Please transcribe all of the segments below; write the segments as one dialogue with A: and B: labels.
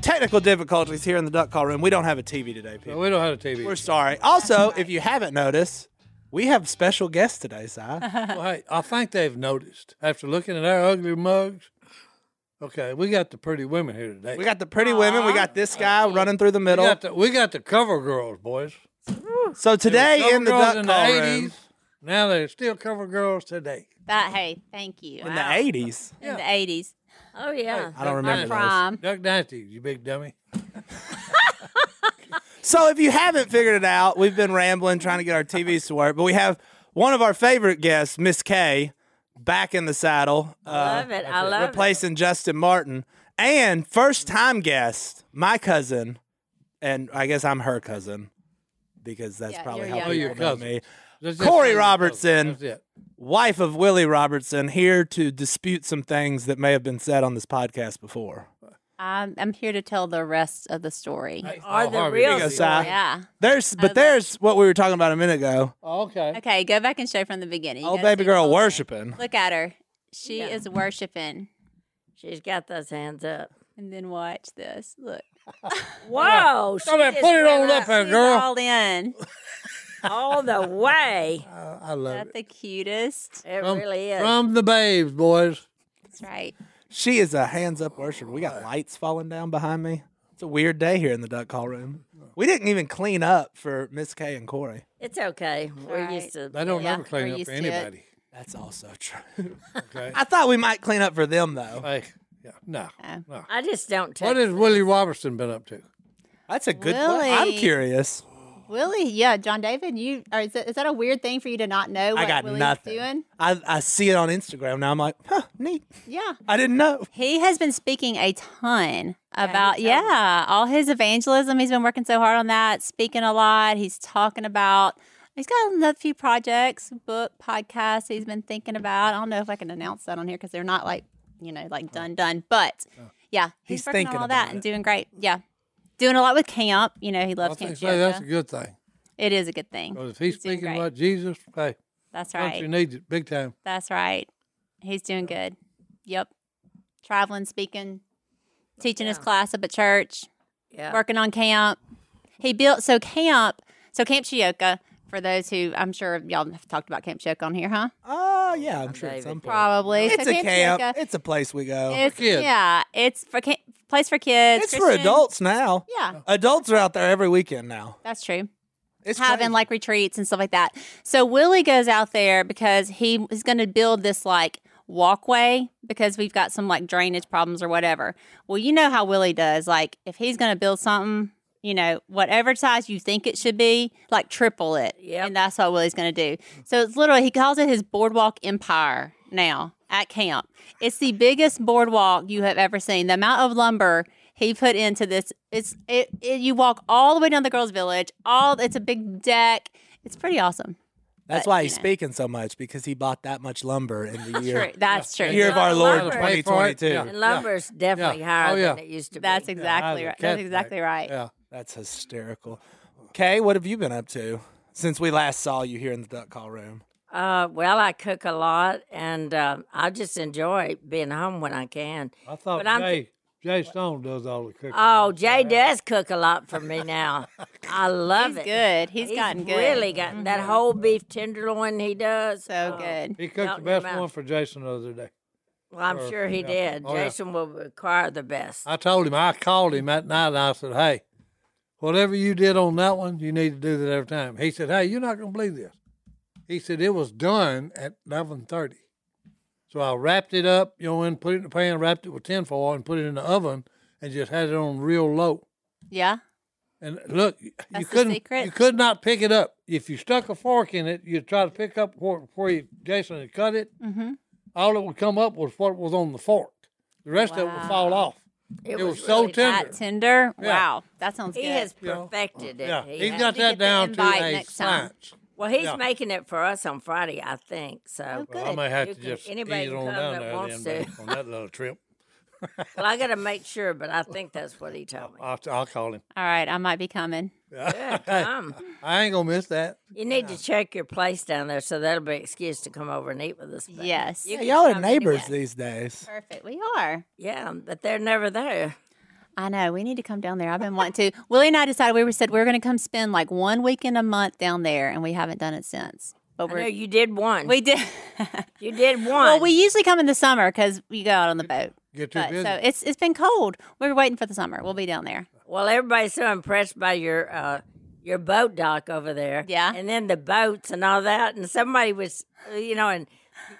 A: Technical difficulties here in the duck call room. We don't have a TV today,
B: No,
A: people.
B: we don't have a TV.
A: We're sorry. Also, if you haven't noticed, we have special guests today, Si.
B: Well, hey, I think they've noticed after looking at our ugly mugs. Okay, we got the pretty women here today.
A: We got the pretty women. We got this guy running through the
B: We
A: middle.
B: got the, we got the cover girls, boys.
A: So today
B: Cover
A: in the
B: girls
A: duck call room,
B: 80s. Now they're still cover girls today.
C: But hey, thank you.
A: in
C: Wow.
A: the eighties,
C: In the eighties.
D: Oh yeah.
A: I don't
B: Duck
A: remember those.
B: Dynasty.
C: Prime.
B: Duck Dynasty, you big dummy.
A: So if you haven't figured it out, we've been rambling trying to get our TVs to work, but we have one of our favorite guests, Miss K, back in the saddle, uh,
D: love it. I love
A: replacing Justin Martin, and first-time guest, my cousin, and I guess I'm her cousin because that's
C: Yeah,
A: probably
C: you're
A: how
C: young.
B: Oh,
A: people know
B: your cousin.
A: me.
B: That's
A: Corey
B: it.
A: Robertson.
B: That's it.
A: Wife of Willie Robertson, here to dispute some things that may have been said on this podcast before.
C: I'm, I'm here to tell the rest of the story.
B: Hey,
D: Are
B: oh,
D: the
B: Harvey,
D: real
B: there you go.
A: Si. story.
C: Yeah.
A: There's, but
C: love-
A: there's what we were talking about a minute ago.
B: Oh, okay.
C: Okay, go back and show from the beginning. You
A: Old
C: gotta
A: baby
C: see the
A: girl
C: whole thing.
A: worshiping.
C: Look at her. She
D: Yeah.
C: is worshiping.
D: She's got those hands up.
C: And then watch this. Look.
D: Whoa! She
B: Come on,
D: just
B: put it on
D: went
B: up there,
C: She's
B: girl.
C: all in.
D: all the way.
B: I, I love
C: That's
B: it.
C: the cutest.
D: It
B: From,
D: really is.
B: from the babes, boys.
C: That's right.
A: She is a hands up worshiper. We got lights falling down behind me. It's a weird day here in the duck call room. We didn't even clean up for Miss Kay and Corey.
D: it's okay. We're
C: right.
D: used to.
B: They don't
C: Yeah,
B: ever clean
C: we're
B: up
C: used
B: for
C: to it.
B: anybody.
A: That's also true.
B: Okay.
A: I thought we might clean up for them though.
B: hey, yeah, no,
C: Oh.
B: no.
D: I just don't touch.
B: What has Willie Robertson been up to?
A: That's a good. que- I'm
C: Willie.
A: curious.
C: Willie, yeah, John David, you are is that, is that a weird thing for you to not know what
A: I got
C: Willie's
A: nothing.
C: doing?
A: I I see it on Instagram now. I'm like, huh, neat.
C: Yeah.
A: I didn't know.
C: He has been speaking a ton about yeah, all his evangelism. He's been working so hard on that, speaking a lot. He's talking about he's got a few projects, book, podcast he's been thinking about. I don't know if I can announce that on here because they're not like you know like done done, but yeah, he's,
A: He's
C: working
A: thinking
C: on all
A: about
C: that
A: it.
C: and doing great. Yeah, doing a lot with camp. You know he
B: I
C: loves
B: think
C: camp.
B: say that's Oh, a
C: Jericho.
B: good thing.
C: it is a good thing.
B: 'Cause if he's,
C: doing
B: speaking
C: great.
B: about Jesus, hey,
C: That's
B: country
C: right.
B: needs it big time.
C: That's right. He's doing good. Yep, traveling, speaking, teaching his
D: Yeah.
C: class up at church
D: Yeah.
C: Uh, working on camp. He built so camp, so Camp Chioka. For those who I'm sure y'all have talked about Camp Chioka on here, huh?
A: Oh yeah, I'm sure at
D: David.
A: some point.
C: Probably.
A: It's
C: so
A: a camp.
C: Chioka,
A: It's a place we go. It's,
C: uh, it's,
B: kids.
C: Yeah, it's for ca- place for kids.
A: for
C: Christian-
A: adults now.
C: Yeah,
A: Adults are out there every weekend now.
C: that's true.
A: It's
C: having
A: crazy.
C: like retreats and stuff like that. So Willie goes out there because he is going to build this like walkway because we've got some like drainage problems or whatever. Well, you know how Willie does. Like if he's going to build something, you know, whatever size you think it should be, like triple it.
D: Yep.
C: And that's what Willie's going to do. So it's literally he calls it his boardwalk empire now at camp. It's the biggest boardwalk you have ever seen. The amount of lumber he put into this it's it, it you walk all the way down the girls village all it's a big deck it's pretty awesome
A: That's
C: but,
A: why
C: you
A: he's
C: know.
A: speaking so much because he bought that much lumber in the year.
C: true that's true
A: Year of our Lord
D: Lumber.
B: Pay for it.
A: 2022.
B: Yeah.
D: and lumber's definitely
B: Yeah.
D: higher
B: Oh, yeah.
D: than it used to be.
C: that's
B: I was
C: exactly
B: a
C: right
B: cat
C: that's exactly
B: back.
C: right
B: Yeah.
A: That's hysterical. Kay, what have you been up to since we last saw you here in the duck call room?
D: Uh, well, I cook a lot, and uh, I just enjoy being home when I can.
B: I thought
D: But I'm-
B: Jay, Jay Stone does all the cooking.
D: Oh, Jay does cook a lot for me now. I love
C: he's
D: it.
C: good he's,
D: He's
C: gotten good
D: Really
B: Mm-hmm.
D: gotten that whole beef tenderloin he does.
C: so
D: Oh,
C: good
B: He cooked the
D: Don't
B: best
D: remember.
B: one for Jason the other day.
D: Well, I'm
B: Or-
D: sure he
B: yeah.
D: did.
B: Oh, yeah.
D: Jason will require the best.
B: I told him, I called him that night and I said, hey, whatever you did on that one, you need to do that every time. He said, hey, you're not going to believe this. He said, it was done at 11.30. So I wrapped it up, you know, and put it in the pan, wrapped it with tinfoil and put it in the oven and just had it on real low.
C: yeah
B: And look, you
C: That's the
B: couldn't
C: secret.
B: you could not pick it up. If you stuck a fork in it, you'd try to pick up where, where you, Jason had cut it. Mm-hmm. All that would come up was what was on the fork. The rest of it would fall off. It, was, so
D: really
B: tender.
C: that tender
B: Yeah.
C: wow that sounds
D: He
C: good
D: has
B: You know?
D: perfected it.
B: Yeah,
D: He
B: he's
D: has.
B: got
C: Need to
B: that
C: get the
B: down to
C: invite
B: a
C: next time.
B: science.
D: well, he's
B: yeah.
D: making it for us on Friday, I think. So
C: Oh, good.
B: I may have
D: You
B: to
D: can-
B: just ease
D: anybody
B: it
D: can
B: on
D: come
B: down
D: that
B: there
D: wants
B: then,
D: to.
B: babe, on that little trip.
D: Well, I got to make sure, but I think that's what he told me.
B: I'll, I'll call him.
C: All right, I might be coming.
D: Yeah, come.
B: I ain't gonna miss that.
D: You need to check your place down there, so that'll be an excuse to come over and eat with us. but-
C: Yes.
D: You
A: Yeah,
D: can
A: y'all are
D: come
A: neighbors
D: anyway.
A: these days.
C: Perfect. We are.
D: Yeah, but they're never there.
C: I know. We need to come down there. I've been wanting to. Willie and I decided we were said we were going to come spend like one weekend a month down there, and we haven't done it since. But
D: I know
C: we're,
D: you did one.
C: we did.
D: you did one.
C: well, we usually come in the summer because we go out on the boat.
B: Get too
C: But,
B: busy.
C: so it's it's been cold. We're waiting for the summer. We'll be down there.
D: Well, everybody's so impressed by your uh, your boat dock over there.
C: Yeah.
D: And then the boats and all that. And somebody was, uh, you know, and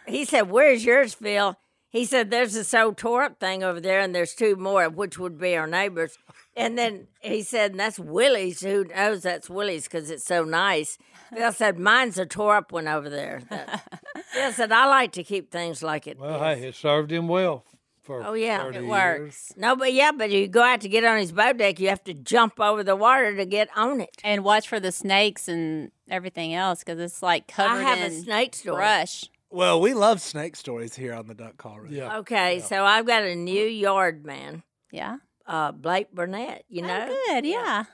D: he said, Where's yours, Phil? He said, There's this old tore up thing over there, and there's two more, which would be our neighbors. And then he said, and That's Willie's. Who knows that's Willie's because it's so nice. Phil said, Mine's a tore up one over there. That- Phil said, I like to keep things like it.
B: well, hey, it served him well. For
D: Oh, yeah.
B: 30
D: It
B: years.
C: Works
D: no, but yeah, but you go out to get on his boat deck, you have to jump over the water to get on it.
C: and watch for the snakes and everything else because it's like covered
D: I have
C: in
D: a snake story.
C: brush.
A: Well, we love snake stories here on the Duck Call Room.
B: Yeah.
D: Okay, so I've got a new yard man,
C: Yeah.
D: uh, Blake Burnett. You know,
C: Oh, good. Yeah.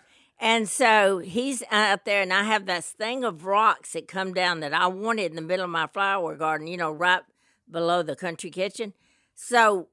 D: And so he's out there, and I have this thing of rocks that come down that I wanted in the middle of my flower garden. You know, right below the country kitchen. So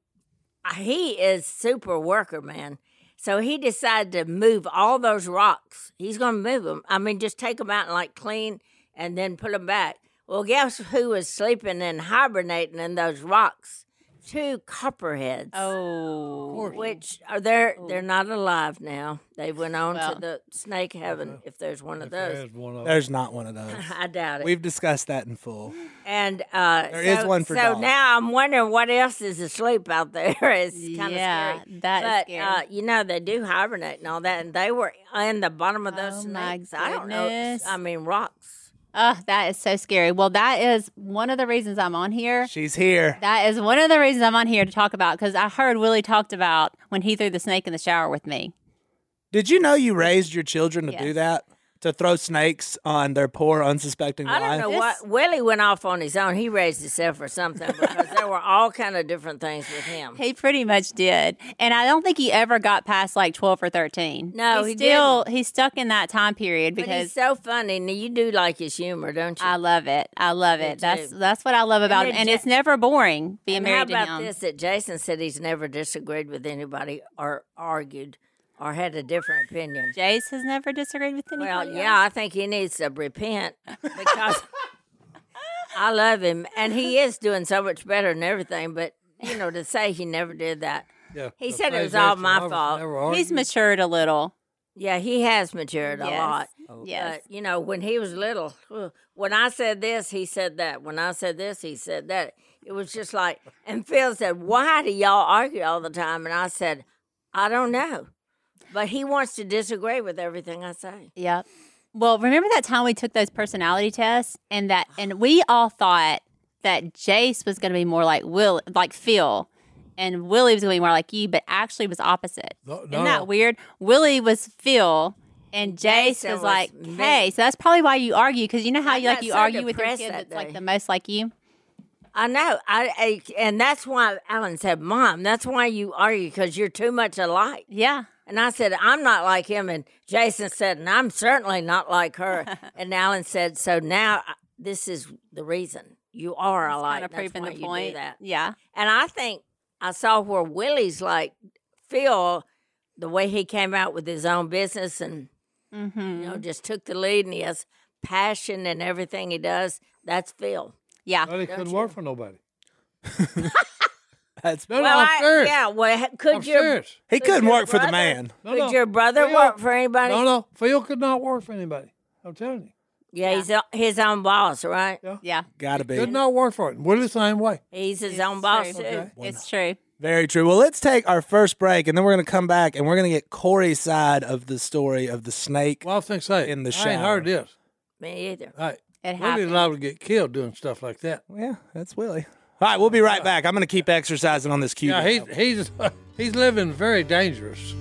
D: uh, he is super worker man. So he decided to move all those rocks. He's going to move them. I mean, just take them out and like clean, and then put them back. Well, guess who was sleeping and hibernating in those rocks? Two copperheads.
C: Oh.
D: Which are they're they're not alive now. They went on
C: Well- oh,
D: to the snake heaven if there's one of
B: If there
D: those.
B: is one of them.
A: There's not one of those.
D: I doubt it.
A: We've discussed that in full.
D: and uh,
A: There is
D: so,
A: one for
D: so
A: dogs.
D: now I'm wondering what else is asleep out there. it's kind of
C: yeah,
D: scary.
C: that is
D: But
C: scary.
D: Uh, you know they do hibernate and all that, and they were in the bottom of those
C: Oh, my
D: snakes. I don't know.
C: goodness.
D: I mean rocks.
C: Oh, that is so scary. Well, that is one of the reasons I'm on here.
A: She's here.
C: That is one of the reasons I'm on here to talk about because I heard Willie talked about when he threw the snake in the shower with me.
A: Did you know you raised your children to do
C: Yes.
A: that? To throw snakes on their poor, unsuspecting
D: I don't
A: wife?
D: know
C: This-
D: what Willie went off on his own. He raised himself or something because there were all kind of different things with him.
C: He pretty much did, and I don't think he ever got past like 12 or 13.
D: No, he
C: still he's stuck in that time period
D: But he's
C: because
D: so funny, and you do like his humor, don't you?
C: I love it. I love it. That's
D: too.
C: that's what I love about
D: then
C: him, and
D: Ja-
C: it's never boring being
D: And
C: married
D: how
C: to
D: about
C: him.
D: this that Jason said he's never disagreed with anybody or argued or had a different opinion?
C: Jace has never disagreed with anybody.
D: Well,
C: else.
D: yeah, I think he needs to repent because I love him and he is doing so much better and everything, but you know, to say he never did that.
B: Yeah,
D: He
B: the
D: said it
B: thing
D: was all
B: Jason
D: my
B: Roberts
D: fault.
B: never argued.
C: he's matured a little.
D: Yeah, he has matured a
C: Yes.
D: lot.
C: Yes.
D: But, you know, when he was little, ugh, when I said this, he said that. When I said this, he said that. It was just like, and Phil said, Why do y'all argue all the time? And I said, I don't know. But he wants to disagree with everything I say.
C: Yep. Well, remember that time we took those personality tests and that and we all thought that Jace was going to be more like Will like Phil and Willie was going to be more like you, but actually was opposite.
B: No,
C: Isn't
B: no.
C: that weird? Willie was Phil and Jace
D: Jason
C: was
D: was
C: like
D: me.
C: Hey. So that's probably why you argue cuz you know how
D: I
C: you like
D: got
C: you
D: so
C: argue with your
D: depressed
C: kid
D: that
C: that's like
D: day.
C: the most like you.
D: I know. I, I And that's why Alan said, Mom, that's why you argue because you're too much alike.
C: Yeah.
D: And I said, I'm not like him. And Jason said, and I'm certainly not like her. and Alan said, so now I- this is the reason you are alike.
C: Kind of
D: That's
C: proving
D: why
C: the
D: you do
C: point.
D: that.
C: Yeah.
D: And I think I saw where Willie's like Phil, the way he came out with his own business and
C: Mhm.
D: you know just took the lead, and he has passion in everything he does. That's Phil.
C: Yeah.
B: Well, he couldn't work for nobody.
A: That's-
B: No, no, I'm
D: I-
B: serious.
D: yeah. Well, ha- could
B: I'm
D: your
B: serious.
A: he couldn't
D: your
A: work for the
D: brother-
A: man.
B: No,
D: could
B: no.
D: your brother
B: Phil-
D: work for anybody?
B: No, no. Phil could not work for anybody. I'm telling you.
D: Yeah, he's a, his own boss, right?
C: Yeah.
A: Gotta be.
B: Could not work for it. We're the same way.
D: He's his
C: It's
D: own boss
C: true.
D: too.
B: Okay.
C: It's true.
A: Very true. Well, let's take our first break and then we're going to come back and we're going to get Corey's side of the story of the snake.
B: Well, I think so.
A: In the
B: I ain't heard this.
D: Me either.
B: All right.
C: It
B: Willie's
C: happens.
B: liable to get killed doing stuff like that.
A: yeah, that's Willie. All right, we'll be right back. I'm going to keep exercising on this cue.
B: Yeah, he's he's he's living very dangerous.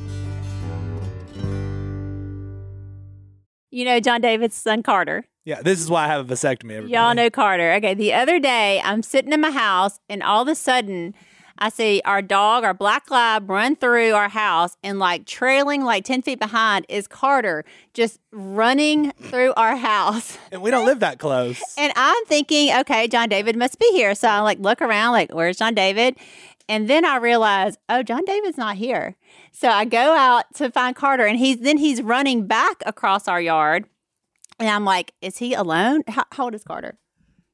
C: You know John David's son Carter.
A: yeah, this is why I have a vasectomy. Everybody.
C: Y'all know Carter. Okay, the other day I'm sitting in my house and all of a sudden I see our dog, our black lab, run through our house and like trailing like 10 feet behind is Carter just running through our house.
A: And we don't live that close.
C: And I'm thinking, okay, John David must be here. So I like look around, like, where's John David? And then I realize, oh, John David's not here. So I go out to find Carter and he's then he's running back across our yard. And I'm like, is he alone? How, how old is Carter?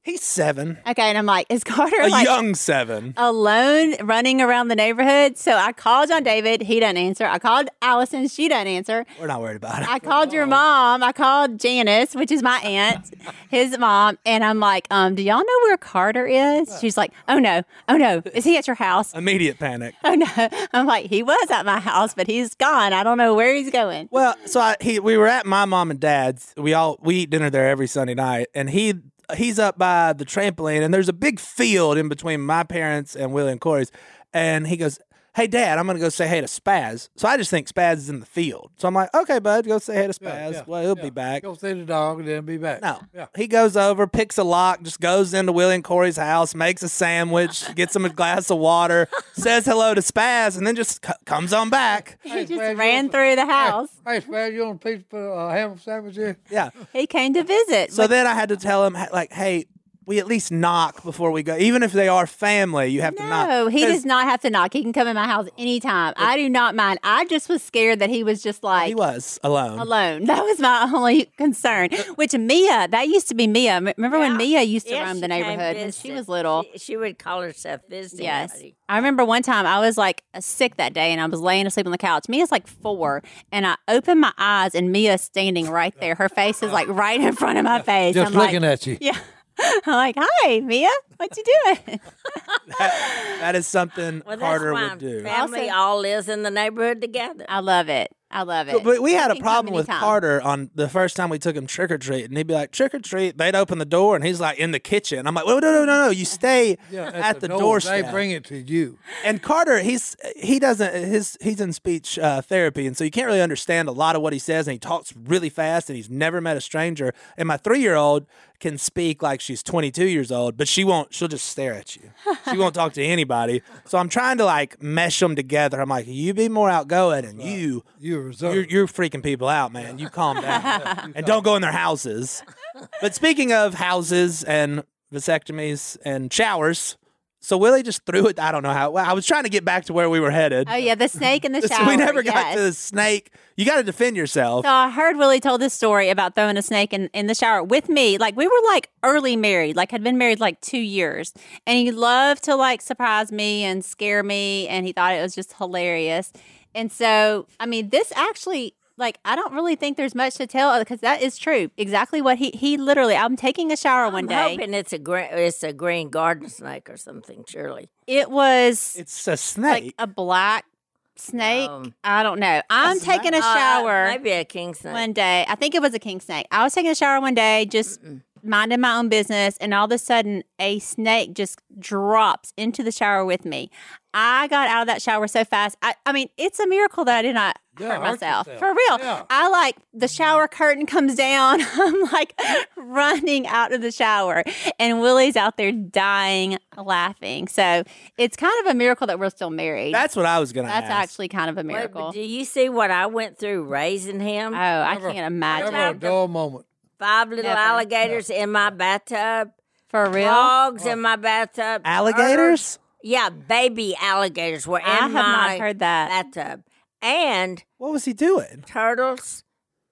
A: He's seven,
C: Okay. And I'm like, is Carter
A: a
C: like
A: young seven.
C: alone running around the neighborhood? So I called John David. He doesn't answer. I called Allison. She doesn't answer.
A: We're not worried about it.
C: I called your mom. I called Janice, which is my aunt, his mom, and I'm like, um, do y'all know where Carter is? She's like, oh no, oh no, is he at your house?
A: Immediate panic.
C: Oh no, I'm like, he was at my house, but he's gone. I don't know where he's going.
A: Well, so I, he we were at my mom and dad's. We all we eat dinner there every Sunday night, and he he's up by the trampoline, and there's a big field in between my parents and Willie and Corey's, and he goes. Hey dad, I'm gonna go say hey to Spaz. So I just think Spaz is in the field. So I'm like, okay, bud, go say hey to Spaz.
B: yeah,
A: well, he'll be
B: yeah.
A: back.
B: Go see the dog and then be back.
A: No.
B: Yeah.
A: He goes over, picks a lock, just goes into Willie and Corey's house, makes a sandwich, gets him a glass of water, says hello to Spaz, and then just c- comes on back.
C: He just
B: Brad, you
C: ran
B: want-
C: through the house.
B: Hey, Spaz, you want a piece of uh, ham sandwich here?
A: Yeah.
C: He came to visit.
A: So then I had to tell him, ha- like, hey, we at least knock before we go. Even if they are family, you have to knock.
C: no, he
A: 'Cause
C: does not have to knock. He can come in my house anytime. I do not mind. I just was scared that he was just like
A: He was alone.
C: alone. That was my only concern.
A: Uh,
C: Which Mia, that used to be Mia. M- Remember
D: Yeah.
C: when Mia used to
D: Yeah,
C: roam
D: she
C: the
D: came
C: neighborhood when she
D: visit.
C: was little?
D: She, she would call herself visiting.
C: Yes.
D: buddy.
C: I remember one time I was like sick that day and I was laying asleep on the couch. Mia's like four and I opened my eyes and Mia's standing right there. Her face is like right in front of my face.
B: Just
C: I'm
B: looking
C: like,
B: at you.
C: Yeah. I'm like, hi, Mia, what you doing?
A: that is something
D: Well, that's
A: Carter
D: why
A: would do.
D: family
C: Also-
D: all lives in the neighborhood together.
C: I love it. I love it.
A: But we had a
C: Can come
A: problem with
C: anytime.
A: Carter on the first time we took him trick or treat, and he'd be like trick or treat. They'd open the door, and he's like in the kitchen. I'm like, well, no, no, no, no, you stay
B: Yeah,
A: at, the, doorstep.
B: They bring it to you.
A: and Carter, he's he doesn't his he's in speech uh, therapy, and so you can't really understand a lot of what he says, and he talks really fast, and he's never met a stranger. And my three year old can speak like she's twenty two years old, but she won't. She'll just stare at you. She won't talk to anybody. So I'm trying to like mesh them together. I'm like, you be more outgoing, and you.
B: You're reserved.
A: You're, you're freaking people out, man. You calm down and don't go in their houses. But speaking of houses and vasectomies and showers, so Willie just threw it. I don't know how. well, I was trying to get back to where we were headed.
C: Oh yeah, the snake in the
A: So
C: shower.
A: we never
C: yes.
A: got to the snake. You got to defend yourself.
C: So I heard Willie tell this story about throwing a snake in, in the shower with me. Like we were like early married, like had been married like two years. And he loved to like surprise me and scare me and he thought it was just hilarious. And so I mean this actually like I don't really think there's much to tell because that is true. Exactly what he he literally I'm taking a shower one
D: I'm
C: day.
D: hoping it's a green, it's a green garden snake or something. Surely,
C: It was
A: It's a
C: like um,
A: snake.
C: a black snake.
D: Um,
C: I don't know. I'm
A: That's
C: taking a
D: Uh,
C: shower.
D: maybe a king snake.
C: one day. I think it was a king snake. I was taking a shower one day, just minding my own business, and all of a sudden, a snake just drops into the shower with me. I got out of that shower so fast. I, I mean, it's a miracle that I did not
B: Yeah,
C: hurt
B: hurt
C: myself.
B: yourself.
C: For real.
B: Yeah.
C: I like the shower curtain comes down. I'm like running out of the shower, and Willie's out there dying laughing. So it's kind of a miracle that we're still married.
A: That's what I was gonna.
C: That's
A: ask.
C: actually kind of a
D: Wait, but
C: miracle.
D: do you see what I went through raising him?
C: Oh, I
B: Never-
C: can't imagine.
B: Never a dull moment.
D: Five little
C: Never.
D: alligators in my bathtub.
C: For real.
D: Hogs in my bathtub. turtles-
A: alligators.
D: Yeah, baby alligators were in
C: I have
D: my
C: not heard that.
D: bathtub. And
A: What was he doing?
D: turtles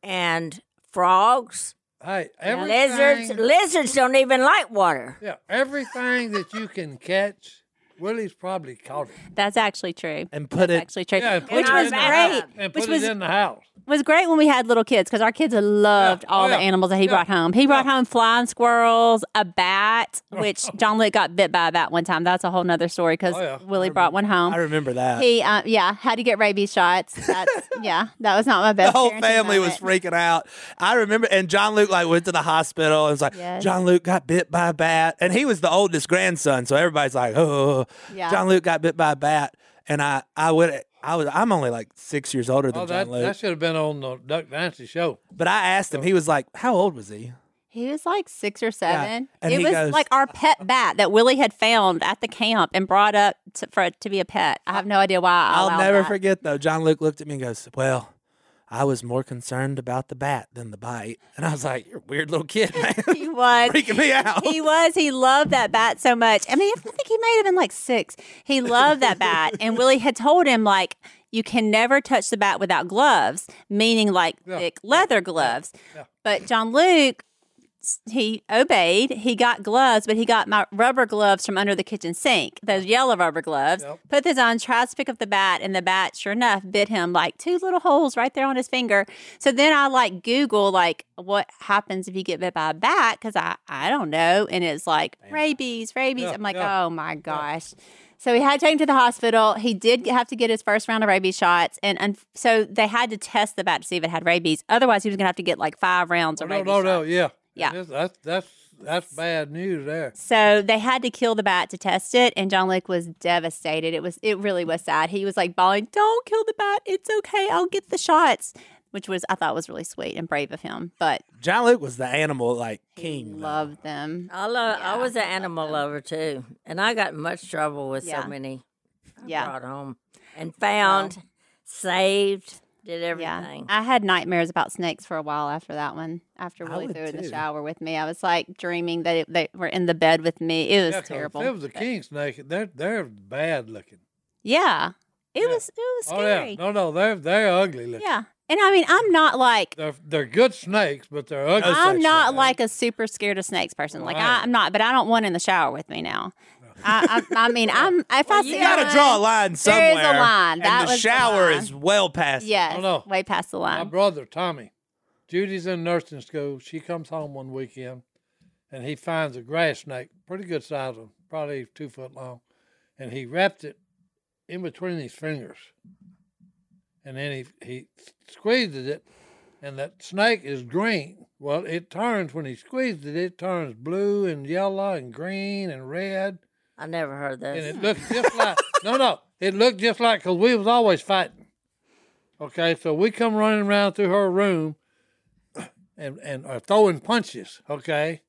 D: and frogs.
B: Hey, everything,
D: Lizards lizards don't even like water.
B: Yeah, everything that you can catch, Willie's probably caught it.
C: That's actually true.
A: And put it.
C: Actually true.
B: Yeah, and put
C: Which
B: it
C: was
B: in the house.
C: great.
B: And put
C: Which
B: it
C: was
B: in the house. Oh,
C: was great when we had little kids because our kids loved
B: Yeah.
C: all
B: Oh,
C: the
B: yeah.
C: animals that he
B: Yeah.
C: brought home. He brought home flying squirrels, a bat, which John Luke got bit by a bat one time. That's a whole nother story because
B: Oh, yeah.
C: Willie brought one
A: I
C: home.
A: remember that.
C: He, uh, yeah, had to get rabies shots. That's, yeah, that was not my
A: the
C: best.
A: whole
C: parenting
A: family was
C: moment.
A: freaking out. I remember, and John Luke like went to the hospital and was like,
C: Yes.
A: John Luke got bit by a bat, and he was the oldest grandson, so everybody's like, oh,
C: Yeah.
A: John Luke got bit by a bat, and I, I would, I was, I'm only like six years older than
B: Oh,
A: John
B: that,
A: Luke,
B: that should have been on the Duck Dynasty show.
A: but I asked him, he was like, how old was he?
C: He was like six or seven.
A: and
C: It
A: he
C: was
A: goes-
C: like our pet bat that Willie had found at the camp and brought up to, for it to be a pet. I have no idea why. I
A: I'll
C: allowed
A: never
C: that.
A: forget though. John Luke looked at me and goes, "Well, I was more concerned about the bat than the bite," and I was like, "You're a weird little kid, man."
C: He was.
A: Freaking me out.
C: He was. He loved that bat so much. I mean, I think he may have been like six. He loved that bat, and Willie had told him like, "You can never touch the bat without gloves," meaning like
B: Yeah.
C: thick leather gloves. But John Luke, s- he obeyed. He got gloves, but he got my rubber gloves from under the kitchen sink. Those yellow rubber gloves.
B: Yep.
C: Put those on. Tries to pick up the bat, and the bat, sure enough, bit him like two little holes right there on his finger. So then I like Google like what happens if you get bit by a bat because I I don't know, and it's like rabies, rabies.
B: Yeah,
C: I'm like,
B: yeah.
C: oh my gosh. So we had to take him to the hospital. He did have to get his first round of rabies shots, and, and so they had to test the bat to see if it had rabies. Otherwise, he was going to have to get like five rounds
B: Oh,
C: of
B: no,
C: rabies
B: no,
C: shots.
B: no, yeah,
C: Yeah.
B: That's that's that's, that's bad news there.
C: So they had to kill the bat to test it, and John Luke was devastated. It was it really was sad. He was like bawling, "Don't kill the bat. It's okay. I'll get the shots," which was I thought was really sweet and brave of him. But
A: John Luke was the animal like king. though.
C: loved them.
D: I love.
C: Yeah,
D: I was an
C: I love
D: animal
C: them.
D: lover too, and I got in much trouble with
C: Yeah.
D: so many. I
C: Yeah.
D: brought home and found, saved, did
C: Yeah,
D: everything.
C: I had nightmares about snakes for a while after that one. After
A: I
C: Willie
A: would
C: threw it in the
A: too.
C: shower with me, I was like dreaming that it, they were in the bed with me. It was
B: Yeah, 'cause
C: terrible.
B: If it was a
C: but-
B: king snake, they're they're bad looking.
C: Yeah, it
B: Yeah.
C: was. It was
B: Oh yeah,
C: scary.
B: no, no, they're they're ugly
C: yeah.
B: looking.
C: and I mean, I'm not like
B: They're they're good snakes, but they're ugly.
C: I'm
A: sexual,
C: not
B: man.
C: like a super scared of snakes person. Like
B: Right.
C: I, I'm not, but I don't want in the shower with me now. I, I, I mean, I'm if I
D: Well,
C: see
D: you
A: You gotta
C: one-
A: draw a line
C: There
A: somewhere.
C: is a line. That
A: and the
C: was the
A: shower
C: line.
A: is well past. it.
C: Yes,
B: Oh, no.
C: way past the
B: My
C: line.
B: brother Tommy, Judy's in nursing school. She comes home one weekend, and he finds a grass snake, pretty good size one, probably two foot long, and he wrapped it in between his fingers, and then he he squeezes it, and that snake is green. Well, it turns when he squeezes it. It turns blue and yellow and green and red,
D: I never heard this.
B: and it looked just like no, no. It looked just like because we was always fighting. Okay, so we come running around through her room, and and are throwing punches. Okay,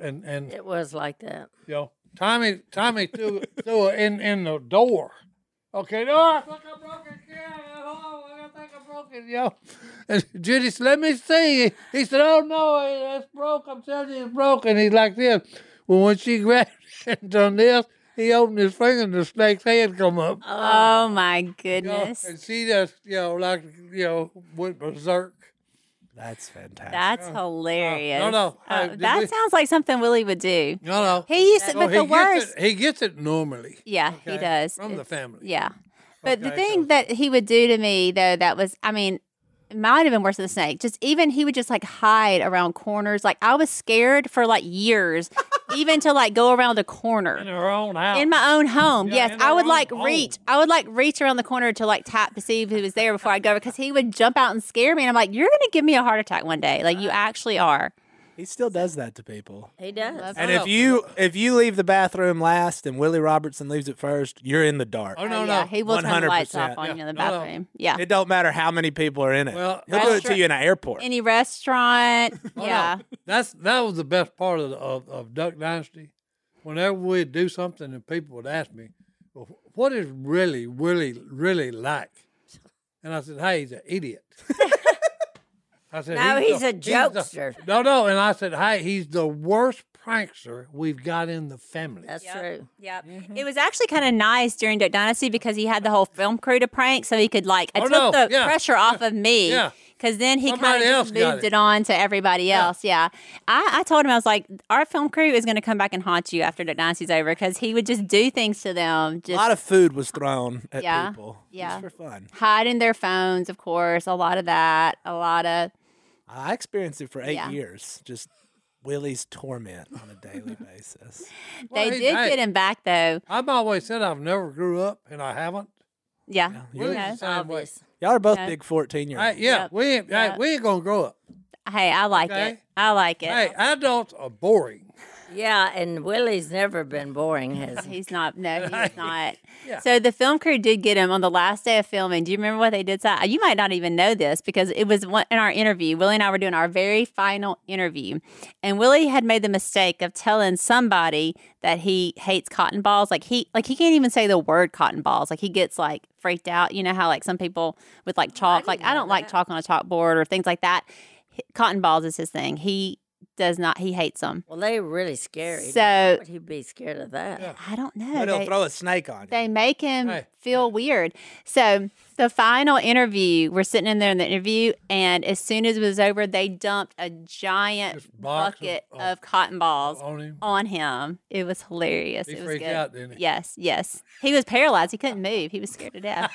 B: and and
D: It was like that.
B: you know Tommy Tommy threw threw her in in the door. Okay, no, I think I broke it. Yeah, oh, I think I broke it, yo. And Judy said, "Let me see." He said, "Oh no, it's broke. I'm telling you, it's broke." And he's like this. Well, when she grabbed it on this, he opened his finger, and the snake's head come up.
C: oh my
B: You know,
C: goodness,
B: and she just, you know, like, you know, went berserk.
A: That's fantastic.
C: that's hilarious.
B: Oh, no, no.
C: Oh,
B: Uh, did
C: that
B: we-
C: sounds like something Willie would do.
B: No, no.
C: He used, to,
B: Well,
C: but
B: Oh, he
C: the worst.
B: Gets it, he gets it normally.
C: Yeah, he
B: okay,
C: does.
B: From the
C: It's-
B: family.
C: Yeah. But the
B: Okay,
C: thing
B: so-
C: that he would do to me though, that was I mean, it might have been worse than the snake. Just even he would just like hide around corners. Like I was scared for like years, even to like go around a
B: In
C: corner.
B: her own house.
C: In my own home,
B: Yeah,
C: yes,
B: in
C: I
B: her
C: would
B: own
C: like
B: home.
C: reach. I would like reach around the corner to like tap to see if he was there before I go over because he would jump out and scare me. And I'm like, "You're gonna give me a heart attack one day.
B: Uh,
C: Like you actually are."
A: He still does that to people.
D: He does.
C: love
A: And
B: I
A: if
B: know.
A: you if you leave the bathroom last and Willie Robertson leaves it first, you're in the dark.
B: Oh, no,
C: Oh, yeah,
B: no.
C: he will turn the lights off
A: 100%.
C: on you in the
B: No, no.
C: bathroom. Yeah,
A: It don't matter how many people are in it.
B: Well,
A: He'll do it to
C: Restaurant-
A: you in an airport.
C: any restaurant.
B: Oh, no.
C: yeah,
B: That's that was the best part of, the, of of Duck Dynasty. Whenever we'd do something and people would ask me, well, what is really, really, really like? And I said, Hey, he's an idiot. I said,
D: No, he's
B: the-
D: a
B: the-
D: jokester.
B: no, no. And I said, Hey, he's the worst prankster we've got in the family.
D: That's
C: Yep.
D: true.
C: Yep.
B: Mm-hmm.
C: It was actually kind of nice during Duck Dynasty because he had the whole film crew to prank, so he could like I
B: Oh,
C: took
B: no.
C: the
B: Yeah.
C: pressure off of me.
B: Yeah.
C: Because then he
B: Somebody
C: kind of
B: else got
C: moved
B: it.
C: it. on to everybody else. Yeah. I, I told him, I was like, our film crew is going to come back and haunt you after Duck Dynasty's over because he would just do things to them.
A: a
C: Just
A: lot of food was thrown at
C: Yeah,
A: people. Just
C: yeah.
A: for fun.
C: hiding their phones, of course. A lot of that. A lot of,
A: I experienced it for eight
C: Yeah.
A: years. Just Willie's torment on a daily basis.
B: Well,
C: they
B: he-
C: did
B: hey,
C: get him back though.
B: I've always said I've never grew up, and I haven't.
C: Yeah.
A: you-
B: Willie's
C: Yeah.
B: the same way.
D: Obvious.
A: Y'all are both
C: Okay.
A: big fourteen year
B: Hey,
A: olds.
B: yeah,
C: Yep.
B: we ain't, hey,
C: Yep.
B: we ain't gonna grow up.
C: Hey, I like
B: Okay.
C: it. I like it.
B: Hey, adults are boring.
D: Yeah, and Willie's never been boring, has he?
C: He's not. No, he's not.
B: Yeah.
C: So the film crew did get him on the last day of filming. Do you remember what they did? Si? You might not even know this because it was one, in our interview. Willie and I were doing our very final interview, and Willie had made the mistake of telling somebody that he hates cotton balls. Like he, like he can't even say the word cotton balls. Like he gets like freaked out. You know how like some people with like chalk, like I don't like chalk on a chalkboard or things like that. H- Cotton balls is his thing. He does not. He hates them.
D: Well, they were really scary.
C: So-
D: Why would he be scared of that?
C: I don't know.
A: But he'll
C: They-
A: throw a snake on you.
C: they make him
B: Hey.
C: feel weird. So the final interview, we're sitting in there in the interview, and as soon as it was over, they dumped a giant
B: Just box of- oh.
C: bucket
B: of-
C: of cotton balls
B: on him.
C: on him. It was hilarious.
B: He
C: it was
B: freaked
C: good.
B: out, didn't he?
C: Yes, yes. He was paralyzed. He couldn't move. He was scared to death.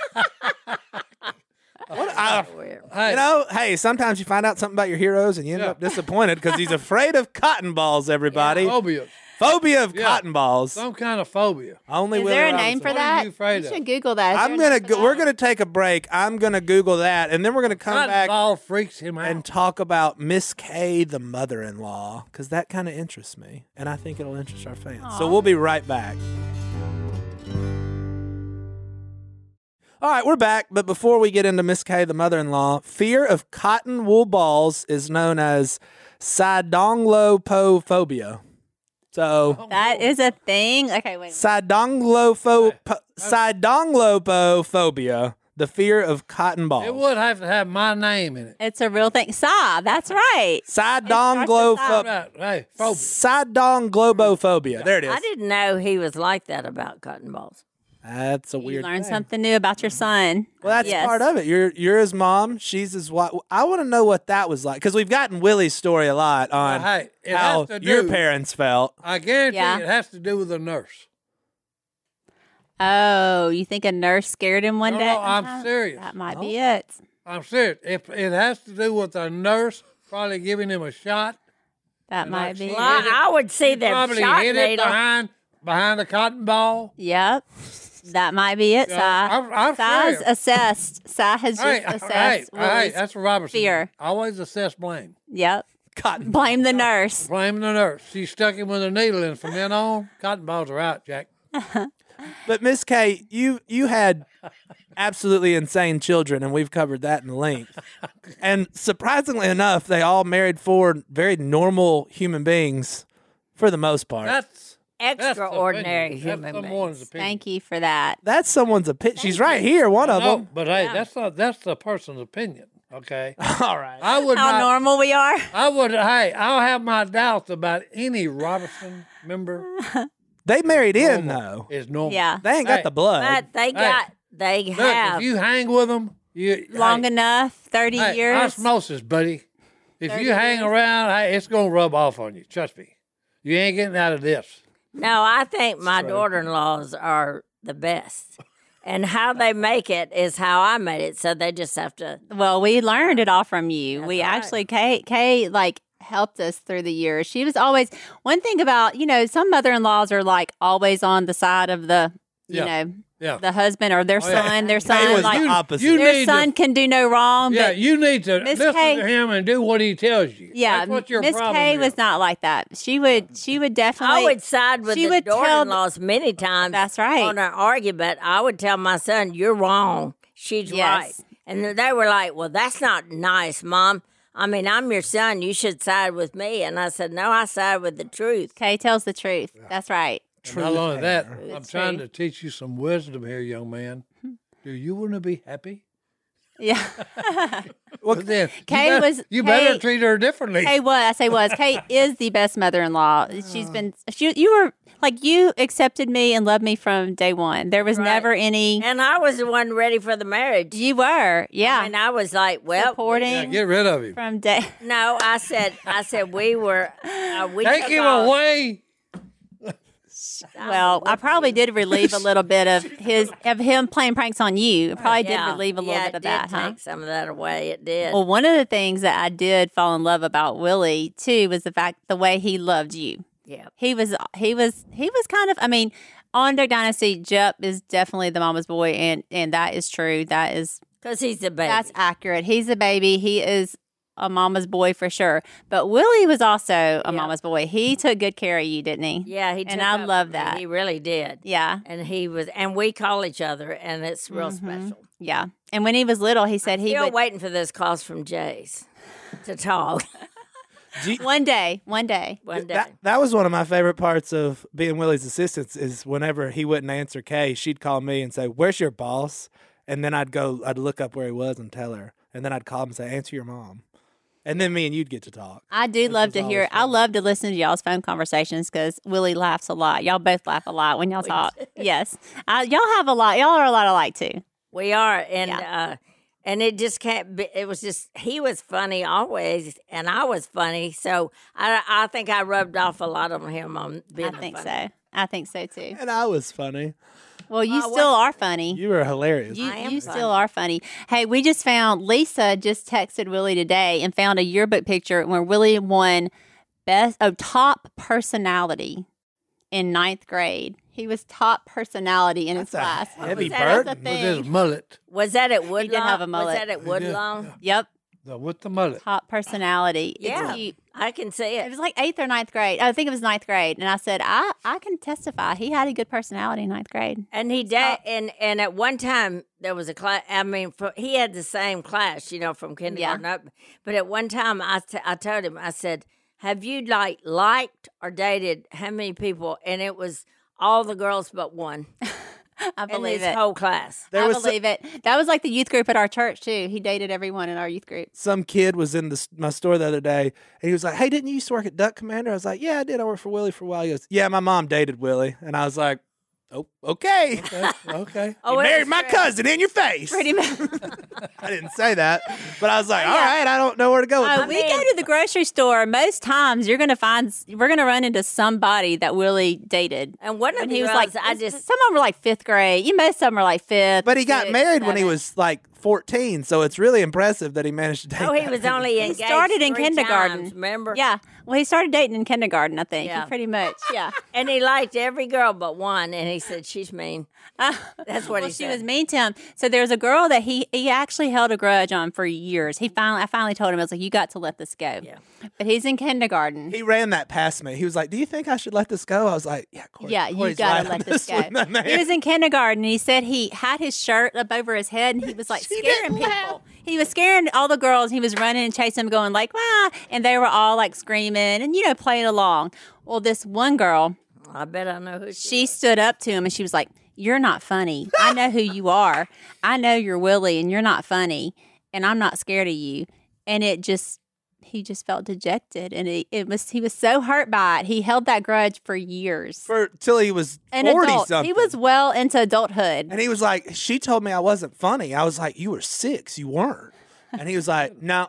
A: What, I,
D: Weird.
B: Hey,
A: you know, hey, sometimes you find out something about your heroes and you end
B: Yeah.
A: up disappointed because he's afraid of cotton balls, everybody.
B: phobia,
A: Phobia of
B: Oh. Yeah.
A: cotton balls.
B: some kind of phobia.
A: Only
C: Is
A: Willie
C: there a
A: Robinson.
C: name for
B: What are
C: that?
B: you afraid of?
C: should Google that. Is
A: I'm
C: there a
A: gonna.
C: name for
A: Go, we're
C: that?
A: gonna take a break. I'm gonna Google that, and then we're gonna come
B: Cotton
A: back
B: ball freaks him out.
A: and talk about Miss K, the mother-in-law, because that kind of interests me, and I think it'll interest our fans. So
C: Aw.
A: we'll be right back. All right, we're back, but before we get into Miss K, the mother-in-law, fear of cotton wool balls is known as sidonglopophobia. So.
C: That is a thing. Okay, wait.
A: Sidonglopho- Sidonglopophobia, the fear of cotton
B: it
A: balls.
B: would have to have my name in it.
C: It's a real thing. Saw. That's right.
A: Sidonglopho-
B: Right, right. Phobia.
A: Sidonglobophobia. Oh. There it
D: I
A: is.
D: didn't know he was like that about cotton balls.
A: That's a
C: You
A: weird
C: learn
A: thing.
C: something new about your son.
A: Well, that's
C: Yes.
A: part of it. You're you're his mom. She's his wife. I want to know what that was like because we've gotten Willie's story a lot on
B: Hey, it
A: how
B: has to do,
A: your parents felt.
B: I guarantee
C: Yeah.
B: it has to do with a nurse.
C: Oh, you think a nurse scared him one
B: No,
C: day?
B: no, I'm
C: Uh-huh.
B: serious.
C: That might be it.
B: I'm serious. If it has to do with a nurse probably giving him a shot,
C: That might
B: like
C: be.
B: she-
C: it.
D: Well, I would see them
B: probably
D: shot
B: hit it
D: needle.
B: behind behind a cotton ball.
C: Yep. That might be it, Si.
B: Yeah, I'm- I'm
C: Si's
B: serious.
C: assessed. Si has just
B: All right, all
C: assessed.
B: right, all right.
C: Willie's-
B: That's what Robertson. did.
C: fear.
B: Always assess blame.
C: Yep.
A: Cotton.
C: Blame the nurse.
B: Blame the nurse. She stuck him with a needle, and from then on, cotton balls are out, Jack.
A: But Miss K, you you had absolutely insane children, and we've covered that in length. And surprisingly enough, they all married four very normal human beings for the most part.
B: That's that's the
D: Extraordinary
B: opinion.
D: human
B: That's
D: being.
B: someone's opinion.
C: Thank you for that.
A: That's someone's opinion. She's right here, one of
B: No,
A: them.
B: but hey, that's not that's the person's opinion. Okay,
A: All right.
B: I would
C: How
B: not.
C: normal we are.
B: I would. Hey, I'll have my doubts about any Robertson member.
A: They married in though.
B: Is normal.
C: Yeah.
A: They ain't got the blood.
D: But they got, they
B: Look,
D: have.
B: if you hang with them, you
C: Long
B: hey,
C: enough, 30
B: hey,
C: years.
B: osmosis, buddy. If
C: 30
B: you hang
C: years.
B: around, hey, it's gonna rub off on you. Trust me. You ain't getting out of this.
D: no, I think my daughter-in-laws are the best. And how they make it is how I made it. So they just have to.
C: Well, we learned it all from you. we
D: right.
C: actually, Kay, Kay, like helped us through the years. She was always one thing about you know some mother-in-laws are like always on the side of the you
B: Yeah.
C: know
B: Yeah.
C: the husband or their
B: Oh, yeah.
C: son. Their
A: They
C: son
A: was the
C: like
A: opposite.
B: you
C: their
B: need
C: son
B: to,
C: can do no wrong.
B: yeah,
C: but
B: you need to
C: Miss
B: listen
C: Kay-
B: to him and do what he tells you.
C: yeah,
B: That's what your
C: Miss
B: problem
C: Kay
B: is.
C: was not like that. She would she would definitely
D: I would side with
C: she
D: the
C: would tell-
D: daughter-in-laws many times.
C: That's right.
D: On an argument, I would tell my son, "You're wrong. She's right."
C: Yes.
D: And they were like, "Well, that's not nice, mom. I mean, I'm your son. You should side with me." And I said, "No, I side with the truth."
C: Kay tells the truth. That's right.
B: And Not only that, I'm
C: It's Hmm.
B: trying
C: true.
B: to teach you some wisdom here, young man. Do you want to be happy?
C: Yeah.
B: But then,
C: Kay
B: you better,
C: was-
B: you better
C: Kay-
B: treat her differently.
C: Kay was. I say was. Kay is the best mother-in-law. She's
D: Oh.
C: been. She, you were like you accepted me and loved me from day one. There was never any.
D: And I was the one ready for the marriage.
C: You were. Yeah.
D: And I was like, "Well,
B: Yeah,
C: supporting
B: get rid of him.
C: from day.
D: no." I said, "I said we were. Uh, we
B: Take
D: took
B: him
D: off.
B: away.
C: Well, I probably did relieve a little bit of his of him playing pranks on you. It probably did relieve a little
D: yeah,
C: bit
D: it
C: of that,
D: did
C: huh? Oh.
D: Take some of that away. It did.
C: Well, one of the things that I did fall in love about Willie too was the fact the way he loved you.
D: yeah.
C: He was he was he was kind of I mean, on Duck Dynasty, Jep is definitely the mama's boy and and that is true. That is
D: Because he's the baby.
C: that's accurate. He's a baby. He is a mama's boy for sure. But Willie was also a
D: Yeah.
C: mama's boy. He took good care of you, didn't he?
D: Yeah, he
C: And
D: took
C: I
D: up for
C: love
D: me.
C: that.
D: He really did.
C: Yeah.
D: And he was, and we call each other, and it's real
C: Mhm.
D: special.
C: Yeah. And when he was little, he said he
D: Still
C: would.
D: waiting for those calls from Jay's to talk
A: Do you-
C: One day, one day.
D: one day.
A: That, that was one of my favorite parts of being Willie's assistant is whenever he wouldn't answer Kay, she'd call me and say, Where's your boss? And then I'd go, I'd look up where he was and tell her. And then I'd call him and say, Answer your mom. And then me and you'd get to talk.
C: I do love
A: is
C: to
A: always
C: hear. I
A: fun.
C: love to listen to y'all's phone conversations because Willie laughs a lot. Y'all both laugh a lot when y'all talk. yes, I, y'all have a lot. Y'all are a lot alike too.
D: We are, and uh, and it just can't. Be, it was just he was funny always, and I was funny. So I I think I rubbed off a lot on him on being.
C: I think
D: funny.
C: so. I think so too.
A: And I was funny.
C: Well, you
D: Well, what-
C: still are funny.
A: You were hilarious.
C: You,
D: I am
C: you
D: funny.
C: still are funny. Hey, we just found Lisa just texted Willie today and found a yearbook picture where Willie won best oh top personality in ninth grade. He was top personality in his
A: That's
C: class.
A: a heavy
D: Was that-
A: burden.
B: With his
C: Thing.
B: mullet.
D: Was that at Woodlawn?
C: did have a mullet.
D: Was that at
B: He did,
D: Woodlawn?
C: Yep,
B: The- With the mullet.
C: top personality. It's
D: Yeah.
C: cute.
D: I can see
C: It
D: it.
C: was like eighth or ninth grade. Oh, I think it was ninth grade. And I said, I, I can testify. He had a good personality in ninth grade.
D: And he did, and and at one time there was a class. I mean, for, he had the same class, you know, from kindergarten up. But at one time, I t- I told him, I said, "Have you like liked or dated how many people?" And it was all the girls but one,
C: I
D: and
C: believe
D: his
C: it.
D: whole class.
A: There
C: I
A: was so-
C: believe it. That was like the youth group at our church, too. He dated everyone in our youth group.
A: Some kid was in the, s- my store the other day and he was like, Hey, didn't you used to work at Duck Commander? I was like, Yeah, I did. I worked for Willie for a while. He goes, Yeah, my mom dated Willie. And I was like, Oh, okay.
B: That's- okay.
C: Oh,
A: You
D: Oh, it
A: married
D: was
A: my
D: great.
A: cousin in your face.
C: Pretty much.
A: I didn't say that, but I was
C: Oh,
A: like, all right, I don't know where to go. with
C: Uh,
A: this."
C: we go to the grocery store. Most times, you're going to find we're going to run into somebody that Willie dated.
D: And one of
C: And
D: the
C: he was like,
D: girls, I just
C: some of them were like fifth grade. You most of them were like fifth.
A: but he got
C: sixth,
A: married when he
C: seventh.
A: was like 14, so it's really impressive that he managed to date.
D: oh, he
A: that
D: was
A: many
D: only
A: people.
D: engaged.
C: started in
D: three
C: kindergarten.
D: times, remember?
C: Yeah. Well, he started dating in kindergarten, I think.
D: Yeah.
C: He pretty much. Yeah.
D: and he liked every girl but one, and he said she's mean. That's what
C: well,
D: he
C: she
D: said.
C: was mean to him. So there was a girl that he he actually held a grudge on for years. He finally, I finally told him, I was like, you got to let this go.
D: Yeah.
C: But he's in kindergarten.
A: He ran that past me. He was like, "Do you think I should let this go?" I was like, "Yeah, Corey,
C: yeah, you
A: Corey's
C: gotta
A: right
C: let
A: on
C: this go.
A: one, my man."
C: He was in kindergarten and he said he had his shirt up over his head and he was like scaring people. He was scaring all the girls. He was running and chasing them, going like, "Wow!" And they were all like screaming and you know playing along. Well, this one girl,
D: I bet I know who she.
C: she stood up to him and she was like, You're not funny. I know who you are. I know you're Willie and you're not funny and I'm not scared of you. And it just, he just felt dejected and it, it was, he was so hurt by it. He held that grudge for years.
A: for till he was
C: An
A: 40
C: adult.
A: something.
C: He was well into adulthood.
A: and he was like, "She told me I wasn't funny." I was like, "You were 6, you weren't." And he was like, "No,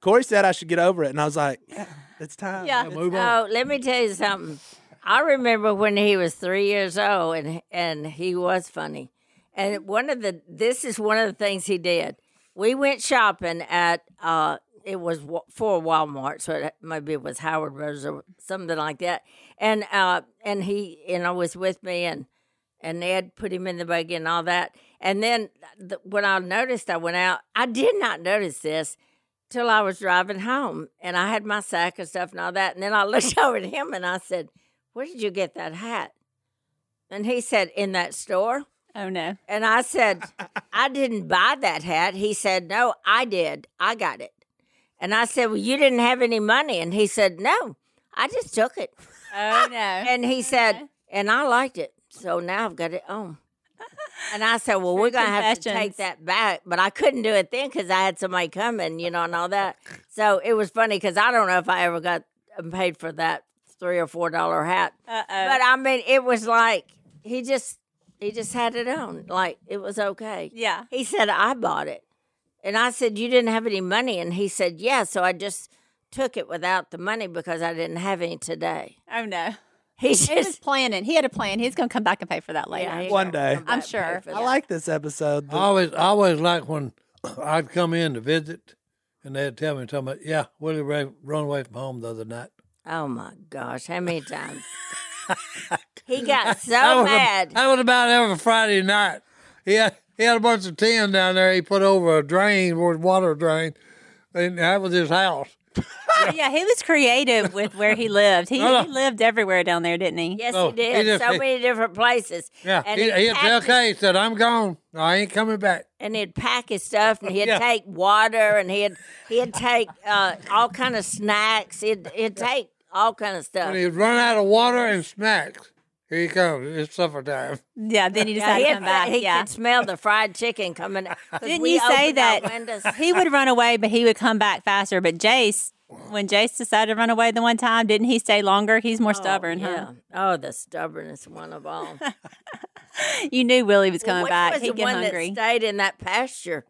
A: Corey said I should get over it." And I was like, "Yeah, it's time."
C: Yeah.
B: Yeah, move on.
D: Oh, let me tell you something. I remember when he was three years old, and and he was funny. And one of the this is one of the things he did. We went shopping at uh, it was Wa- for Walmart, so it, maybe it was Howard Brothers or something like that. And uh, and he you know was with me, and and Ed put him in the buggy and all that. And then the, when I noticed, I went out. I did not notice this till I was driving home and I had my sack and stuff and all that. And then I looked over at him and I said, Where did you get that hat? And he said, In that store.
C: Oh no.
D: And I said, I didn't buy that hat. He said, No, I did. I got it. And I said, Well, you didn't have any money. And he said, No, I just took it.
C: Oh no.
D: And he said, And I liked it. So now I've got it on. And I said, Well, we're
C: True
D: going to have to
C: confessions.
D: take that back. But I couldn't do it then because I had somebody coming, you know, and all that. So it was funny because I don't know if I ever got uh, paid for that three or four dollar hat.
C: Uh
D: But
C: oh.
D: I mean, it was like he just he just had it on. Like it was okay.
C: Yeah.
D: He said, I bought it. And I said, You didn't have any money. And he said, Yeah. So I just took it without the money because I didn't have any today.
C: Oh no.
D: He
C: He was
D: just
C: planning. He had a plan. He's gonna come back and pay for that later.
D: Yeah, he
A: One
D: don't
A: day.
D: come
C: I'm
D: back
C: sure.
D: paid for
A: I
D: that.
A: like this episode. The-
B: I always, I always like when I'd come in to visit, and they'd tell me, "Talking about, yeah, Willie Ray run away from home the other night."
D: Oh my gosh, how many times? he got so
B: that was a-
D: mad.
B: that was about every Friday night. He had, he had a bunch of tin down there. He put over a drain, where the water drain, and that was his house.
C: yeah, he was creative with where he lived. He,
B: No, no.
C: he lived everywhere down there, didn't he?
D: Yes,
B: Oh,
D: he did.
B: he just-
D: so
B: he-
D: many different places.
B: Yeah,
D: and
B: he,
D: he'd
B: he'd
D: pack
B: tell
D: his-
B: Kay, he said, "I'm gone. I ain't coming back."
D: and he'd pack his stuff, and he'd
B: Yeah.
D: take water, and he'd he'd take uh, all kind of snacks. He'd he'd take all kind of stuff.
B: When he'd run out of water and snacks, here he comes. It's supper time.
C: Yeah, then he
D: Yeah,
C: decided
D: he
C: to
D: had
C: come
D: fri-
C: back.
D: he
C: yeah.
D: could smell the fried chicken coming. 'cause
C: Didn't
D: we
C: you say
D: opened our
C: that
D: windows.
C: he would run away, but he would come back faster? But Jace, when Jace decided to run away the one time, didn't he stay longer? He's more stubborn, huh?
D: Oh, the stubbornest one of all.
C: You knew Willie was coming
D: Which
C: back.
D: was
C: He'd
D: the
C: get
D: one
C: hungry.
D: that stayed in that pasture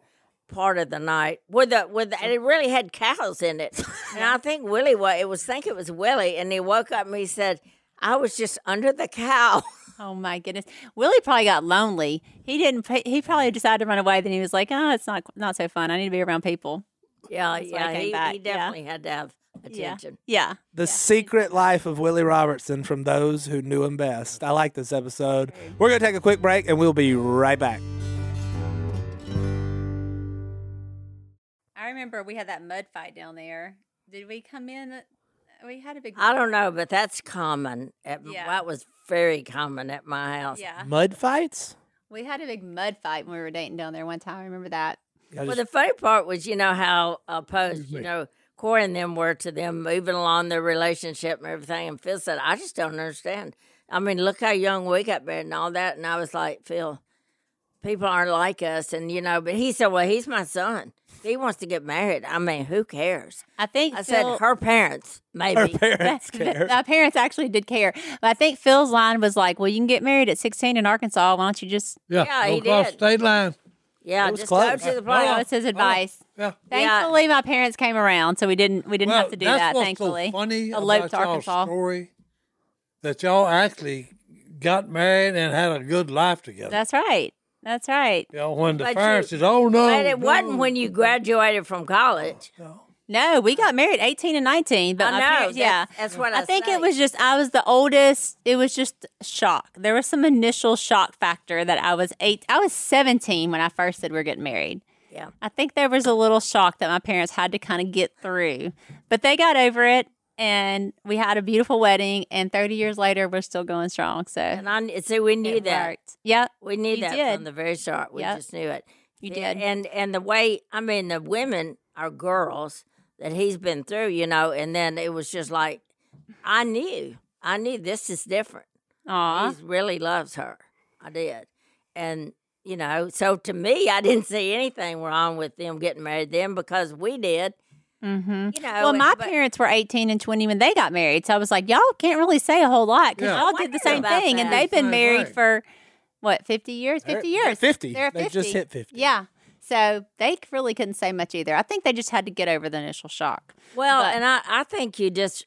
D: part of the night with the with the, and it really had cows in it. and I think Willie was it was think it was Willie, and he woke up and he said, "I was just under the cow."
C: oh my goodness, Willie probably got lonely. He didn't. pa- He probably decided to run away. Then he was like, "Oh, it's not not so fun. I need to be around people."
D: yeah,
C: That's why I
D: yeah,
C: came
D: he,
C: back,
D: he
C: yeah.
D: definitely had to have attention.
C: Yeah.
A: The Secret Life of Willie Robertson from those who knew him best. I like this episode. We're going to take a quick break and we'll be right back.
C: I remember we had that mud fight down there. Did we come in? We had a big.
D: I don't know, but that's common. At,
C: Yeah.
D: That was very common at my house.
C: Yeah,
A: Mud fights?
C: we had a big mud fight when we were dating down there one time. I remember that.
A: Y'all
D: Well,
A: just-
D: the funny part was, you know, how opposed, you know, Corey and them were to them moving along their relationship and everything. And Phil said, I just don't understand. I mean, look how young we got married and all that. And I was like, Phil, people aren't like us. And, you know, but he said, Well, he's my son. If He wants to get married. I mean, who cares?
C: I think
D: I
C: Phil-
D: said, Her parents, maybe.
A: Her parents
C: Th-
A: care.
C: My parents actually did care. But I think Phil's line was like, well, you can get married at 16 in Arkansas. Why don't you just
B: Yeah,
D: Yeah,
B: go
D: he
B: across
D: did.
B: state line.
D: yeah,
A: It was
D: just
A: close.
D: go to the
C: that
D: place.
C: was his advice?
B: Oh, Yeah.
D: Yeah.
C: Thankfully, my parents came around, so we didn't we didn't have to do
B: that's
C: that.
B: what's
C: Thankfully,
B: so funny
C: eloped
B: about
C: to
B: y'all's
C: Arkansas.
B: story that y'all actually got married and had a good life together.
C: That's right. That's right.
B: you know, when the
D: But
B: parents
D: you-
B: said, "Oh no,"
D: But it
B: no,
D: wasn't when you graduated from college.
C: No, we got married 18 and 19. But
D: I
C: my
D: know,
C: parents, yeah,
D: that's- that's what I
C: think
D: say.
C: it was just I was the oldest. It was just shock. There was some initial shock factor that I was eight. I was 17 when I first said we are getting married.
D: Yeah.
C: I think there was a little shock that my parents had to kind of get through, but they got over it. And we had a beautiful wedding, and 30 years later, we're still going strong. So
D: And I see, we knew
C: it
D: that.
C: worked. Yep.
D: We knew
C: You
D: that
C: did.
D: from the very start. We
C: Yep.
D: just knew it.
C: You
D: Yeah,
C: did.
D: And and the way I mean the women are girls that he's been through, you know, and then it was just like I knew. I knew this is different.
C: Aw.
D: He really loves her. I did. And you know, so to me I didn't see anything wrong with them getting married then because we did.
C: Mm-hmm.
D: You know
C: Well,
D: and-
C: my
D: but-
C: parents were 18 and 20 when they got married. So I was like, y'all can't really say a whole lot because
B: Yeah. I
C: y'all did the
D: wondered
C: same
D: about
C: thing. And
D: that.
C: they've been
B: Same
C: married
B: thing.
C: for, what, 50 years? 50 years.
A: 50.
C: They're at
A: They
C: 50.
A: just hit 50.
C: Yeah. So they really couldn't say much either. I think they just had to get over the initial shock.
D: Well,
C: But-
D: and I, I think you just,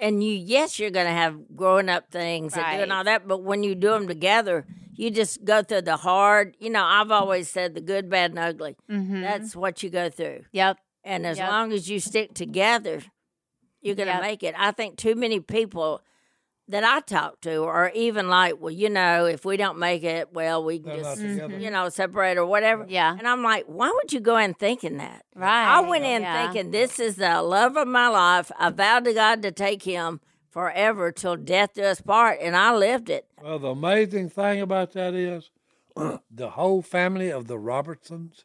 D: and you, yes, you're going to have growing up things and doing
C: Right.
D: all that, but when you do them together, you just go through the hard, you know, I've always said the good, bad, and ugly.
C: Mm-hmm.
D: That's what you go through.
C: yep.
D: And as
C: Yep.
D: long as you stick together, you're going to
C: Yep.
D: make it. I think too many people that I talk to are even like, well, you know, if we don't make it, well, we
B: They're
D: can
B: not
D: just,
B: together.
D: you know, separate or whatever.
C: Mm-hmm. Yeah.
D: And I'm like, why would you go in thinking that?
C: Right.
D: I went in
C: Yeah.
D: thinking this is the love of my life. I vowed to God to take him forever till death do us part, and I lived it.
C: mm-hmm.
B: Well, the amazing thing about that is the whole family of the Robertsons